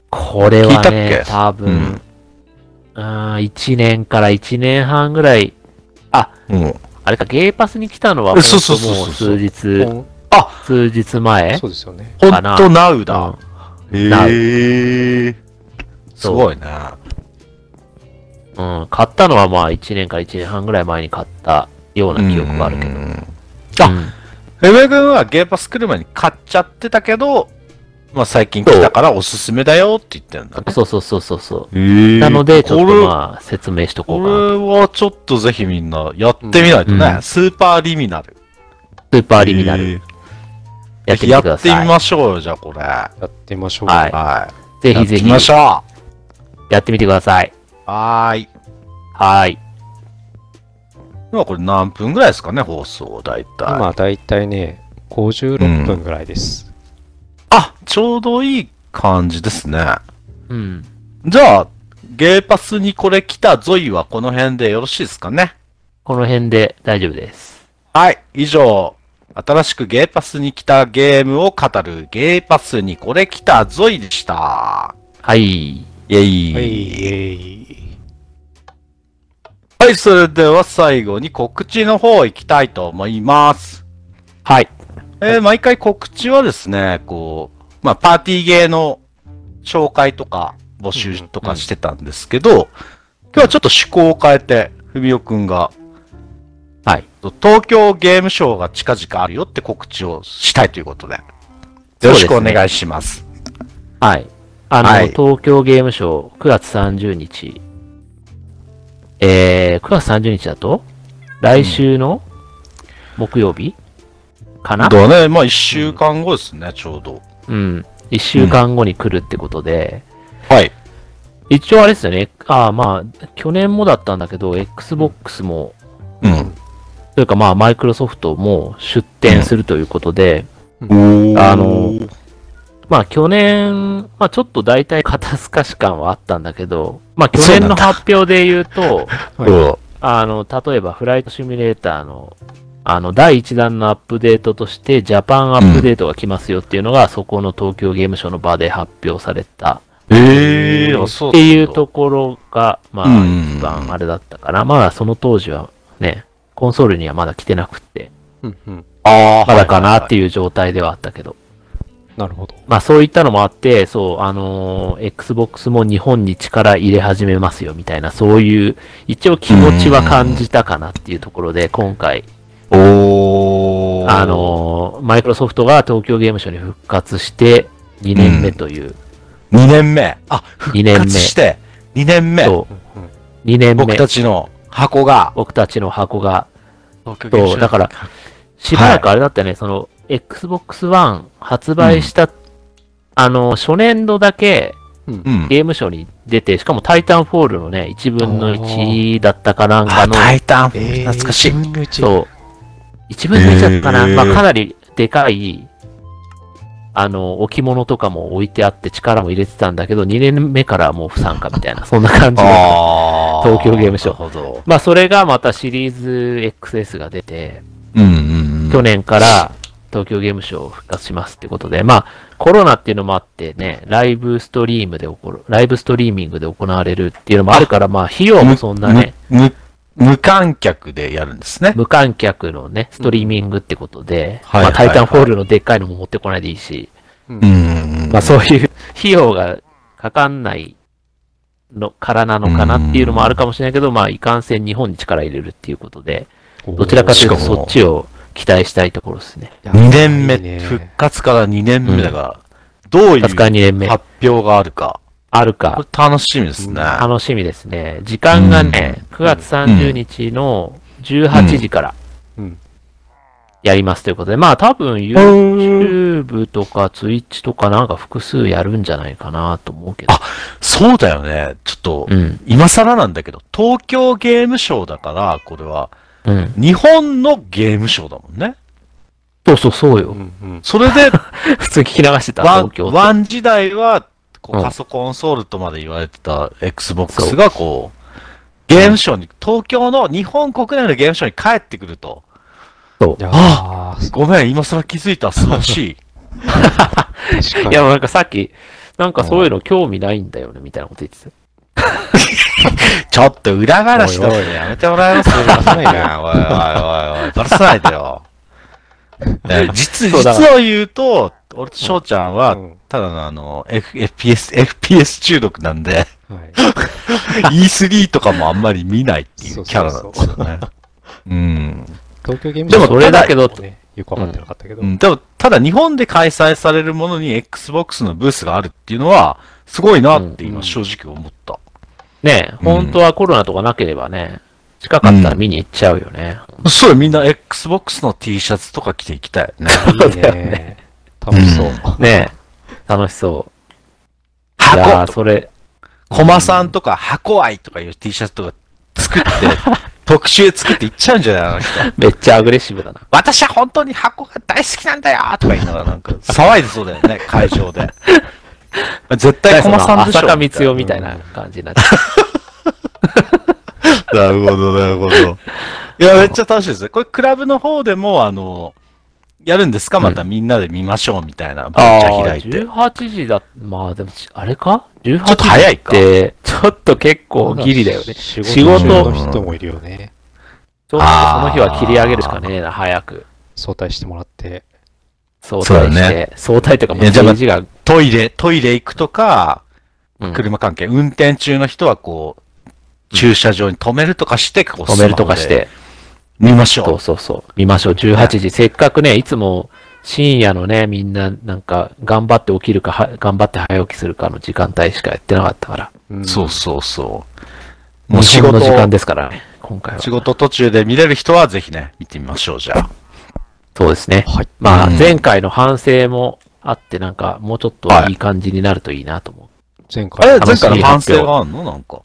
これ
聞いた
は
っけ
ね、多分、あー1年から1年半ぐらい、
うん。
あれか、ゲーパスに来たのは、
え
も
そうそうそうそう
う数
う
日、
ん
数日前
そうですよね
ほ
かなん
と、ナウ
うん
だ。へえ。すごいね。
うん、買ったのはまあ1年から1年半ぐらい前に買ったような記憶があるけど。
うん
あ、
ふみおくんはゲーパス来る前に買っちゃってたけど、まあ最近来たからおすすめだよって言ってるんだね。
そうそうそうそうそう。
へえ
なので、ちょっ
ことれ
まあ説明しとこ
こ
うかな。
れはちょっとぜひみんなやってみないとね。
うんうん
スーパーリミナル。
スーパーリミナル、やってみ
や
て
っ
くだ
てみ
さい。
ましょうよ、じゃあこれ。は
やってみましょう
はい
い。
ぜ
や
ひぜ
って
ひ
みましょう。
やってみてください。
はーい。
はい。
今これ何分ぐらいですかね、放送、だいたい。
今だいたいね
56分ぐらいです。
あ、ちょうどいい感じですね。
うん。
じゃあ、ゲーパスにこれ来たゾイはこの辺でよろしいですかね。
この辺で大丈夫です。
はい、以上。新しくゲーパスに来たゲームを語るゲーパスにこれ来たゾイでした。
はい。
イェイ。
は、
はいい、
えい
それでは最後に告知の方行きたいと思います。
はい。
えー毎回告知はですね、こう、まあ、パーティーゲーの紹介とか募集とかしてたんですけど、今日はちょっと趣向を変えて、ふみおくんが、
はい。
東京ゲームショウが近々あるよって告知をしたいということで、よろしくお願いします。
はい。あの、
はい
東京ゲームショウ、9月30日。えー、9月30日だと来週の木曜日かな、
だね、まあ、一週間後ですね、ちょうど。
うん。1週間後に来るってことで、
はい。
一応あれですよね。ああ、まあ、去年もだったんだけど、Xbox も、
うん。
というかまあ、マイクロソフトも出展するということで、
お
あの、まあ去年、まあちょっと大体肩透かし感はあったんだけど、まあ去年の発表で言うと、
うん
あの、例えばフライトシミュレーターの、あの、第1弾のアップデートとして、ジャパンアップデートが来ますよっていうのが、そこの東京ゲームショウの場で発表された
ええー、あそ
っ
だ
ていうところが、まあ、
うん
一番あれだったかな。まあ、その当時はね、コンソールにはまだ来てなくって、
うんうん。
あー
まだかなっていう状態ではあったけど。
なるほど。
まあそういったのもあって、そう、あのー Xbox も日本に力入れ始めますよみたいな、そういう、一応気持ちは感じたかなっていうところで、今回、
おー
あのーマイクロソフトが東京ゲームショウに復活して、2年目という、
2年目。あ、復
二年目
活して、2年目。
そう
うんうん
2年目、
僕たちの箱が。
僕たちの箱が、そう、だから、しばらくあれだったよね、その、Xbox One 発売した、あのー、初年度だけ、
うん。
ゲームショーに出て、しかもタイタンフォールのね、1分の1だったかなんか
あ、
の、
タイタン、
えー
懐かしい。
分の一
そう、1分の1だったかな、
えー
まあかなりでかい、あの、置物とかも置いてあって力も入れてたんだけど、2年目からはもう不参加みたいな、そんな感じで。
あ
東京ゲームショウ
ウ。なるほど。
まあそれがまたシリーズ XS が出て、
うんうんうん。
去年から東京ゲームショウ復活しますってことで、まあコロナっていうのもあってね、ライブストリームで起こる、ライブストリーミングで行われるっていうのもあるから、まあ費用もそんなね、
む。む無観客でやるんですね。
無観客のね、ストリーミングってことで、
うんはい
まあ
はいはい
タイタンフォールのでっかいのも持ってこないでいいし、
うんうんうん。
まあそういう 費用がかかんないのからなのかなっていうのもあるかもしれないけど、まあいかんせん日本に力入れるっていうことで、どちらかというと
しかも
そっちを期待したいところですね。
2年目、
いいね
復活から2年目だから、どういう
確か
発
に2年目
表があるか。
ある
こ
か、
れ楽しみですね。
楽しみですね。時間がね、9月30日の18時から
うん
やりますということで、まあ多分 YouTube とか Twitch とかなんか複数やるんじゃないかなと思うけど。
そうだよね。ちょっと
う、ん。
今更なんだけど、東京ゲームショウだから、これは、
うん。
日本のゲームショウだもんね。
そうそうそう
う
よ。
んうん
そ れで、
普通聞き流してた、
ワン
東京って
ワン時代は、こ
う
う、
ん
パソコンソールとまで言われてた
そ
Xbox
う
が、こう、ゲームショーに、東京の日本国内のゲームショーに帰ってくると。
いや
あ
ー
ごめん、今更気づいた、素晴らしい。
確か
い
に。
や、なんかさっき、なんかそういうの興味ないんだよね、みたいなこと言ってた。
ちょっと裏話だってやめてもらえます
おいおい
バラさないな、おいおいおいおい、バラさないでよ。ね実、
そうだ
実を言うと、俺と翔ちゃんは、
うん
ただのあの、F、FPS、FPS 中毒なん で、
はい。
E3 とかもあんまり見ないってい
そううそうそう
キャラなんですよね。うん。
東京ゲーム
でも
ショウ
それだ
けど
ね、よくわかってなかったけど。
うん、でも、ただ日本で開催されるものに Xbox のブースがあるっていうのは、すごいなって
う
今
ん
正直思った。
ねえ、本当はコロナとかなければね、近かったら見に行っちゃうよね。
そうよみんな Xbox の T シャツとか着ていきたいね。
いいね。楽しそう。
ねえ、楽しそう。いや
箱
ーそれ、
コマさんとか箱愛とかいう T シャツとか作って、特集作っていっちゃうんじゃないあの人。
めっちゃアグレッシブだな。
私は本当に箱が大好きなんだよとか言いながらなんか騒いでそうだよね、 会場で。絶対駒さんでしょ。
浅香光代みたいな感じになっちゃ
なるほど、なるほど。 いや、めっちゃ楽しいですね。これ、クラブの方でも、あの、やるんですかまたみんなで見ましょうみたいな、
う。
めっちゃ開いて。
ー18時だ。まあでも、あれか ?18 時
ちょっと早い
っ
か。
て、ちょっと結構ギリだよね。
仕事
仕事
の人もいるよね。
ちょっとその日は切り上げるしかねえな、早く。
早退してもらって。
相
そうだ
対
ね
して。相対とかも
いうやじゃあ
政治が、
トイレ、トイレ行くとか、
うん
車関係、運転中の人はこう、駐車場に止めるとかして、こう
止めるとかし。
スマホで
て。
見ましょ
そうう。そうそう。見ましょう。18時。せっかくね、いつも深夜のね、みんななんか頑張って起きるかは、頑張って早起きするかの時間帯しかやってなかったから。
そうそうそう。も
も
う
う
仕
仕
事
事
を
の時間ですからね、今回は。
仕事途中で見れる人はぜひね、見てみましょう、じゃあ。
そうですね。
はい
まあ、
うん
前回の反省もあって、なんかもうちょっといい感じになるといいなと思う。
前
あ
回
れ、
楽
前
しみ
回の反省
発表
があるのなんか。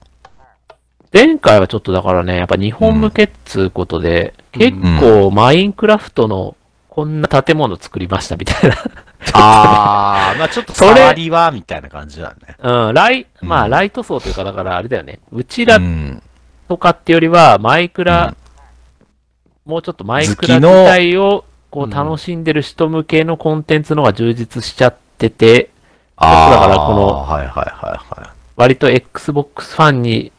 前回はちょっとだからね、やっぱ日本向けっつうことで、結構マインクラフトのこんな建物作りましたみたいな
あ ー、まあちょっと
それ
触りは、みたいな感じだね。
うん、ライ、
うん
まあ、ライト層というか、だからあれだよね。うち
う
ら
ん
とかってよりは、マイクラ、もうちょっとマイクラ
好き
自
の
体を、こ
う
う、
ん
楽しんでる人向けのコンテンツの方が充実しちゃってて、
あ
だからこの
ーはいはいはいはい。
割と Xbox ファンに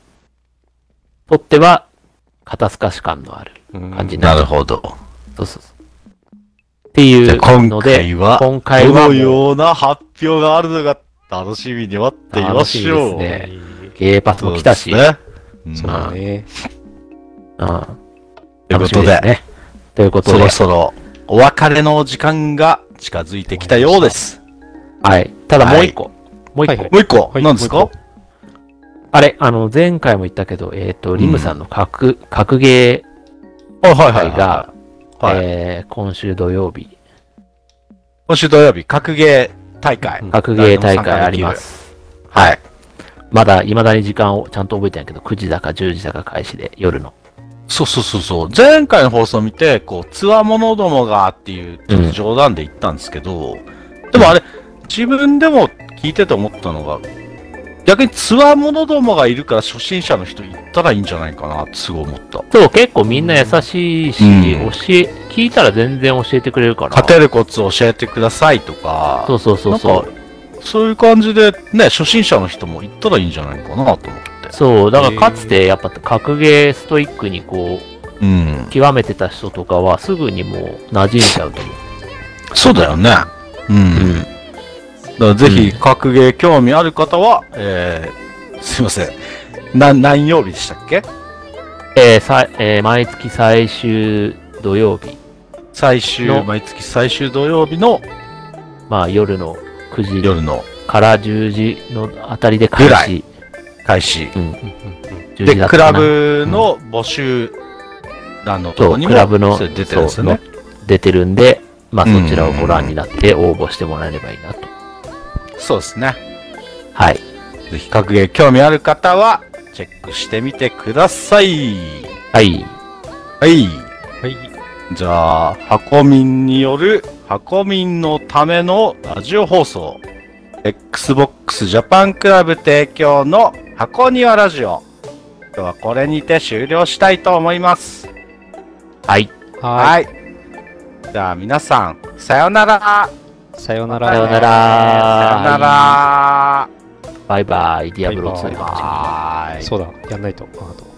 とっては、肩透かし感のある感じにな
な
る。
るほど。
そうそうそう。ってい
じゃあ
う
今
ので、
回は、
今
ど
回は
の
もう、
ような発表があるのが楽しみに待っていましょう。
楽しみですねゲーパスも来たし、
そうです
そう
ね。
だね。
う
とい
ん、
う
楽
こ
し
と
みです
で、
ね。ということ
そ
で
ろ、そろお別れの時間が近づいてきたようです。
はい。ただもう一個、もう一個、
はいはい
もう一個、
い
何です
もう
か
一
あれ、あの、前回も言ったけど、えっ、と、
ん
リムさんの格、格ゲ
はいは
ー会が、
はいはいはい。
えー今週土曜日、
今週土曜日、格ゲー大会。
格ゲー大会あります。
はい。
まだ、未だに時間をちゃんと覚えてないけど、9時だか10時だか開始で、夜の。
そうそうそうそう。前回の放送見て、こう、つわものどもがっていう、ちょっと冗談で言ったんですけど、でもあれ、自分でも聞いてて思ったのが、逆につわものどもがいるから初心者の人行ったらいいんじゃないかなってすごい思った。
そう、結構みんな優しいし、
うん
教え、聞いたら全然教えてくれるから。
勝てるコツを教えてくださいとか、
そうそうそうそ
な
う。
そういう感じで、ね、初心者の人も行ったらいいんじゃないかなと思って。
そう、だからかつて、やっぱ格ゲーストイックにこう、
うん。
極めてた人とかは、すぐにもう馴染んじゃうと思
そうだよね。うん
う。うん。
だからぜひ、格ゲー興味ある方は、えー、すいません。な、何曜日でしたっけ
えーさえー毎月最終土曜日、
最終
の、
毎月最終土曜日の
まあ、夜の9時
夜の
から10時のあたりで開始。
開始。
うんうん
10
で
時だ、っ
ク
た
ラ
かな
ブの募集欄のと
そ
こ
う、
に
クラブ
も
の
それ出てるんですよね。
そうの出てるんで、まあ、そちらをご覧になって応募してもらえればいいなと。
そうですね。
はい。
ぜひ、格ゲー興味ある方は、チェックしてみてください。
はい。
はい。
はい。
じゃあ、箱民による箱民のためのラジオ放送。Xbox ジャパンクラブ提供の箱庭ラジオ。今日はこれにて終了したいと思います。
はい。
は
はい。じゃあ皆さん、さよなら。
い。さような
さ
ら。
ようなら。
さよなら。
バイバイ。ディアブロ2
バイ
の時間
バ
はーい。
そうだ、やんないと。あと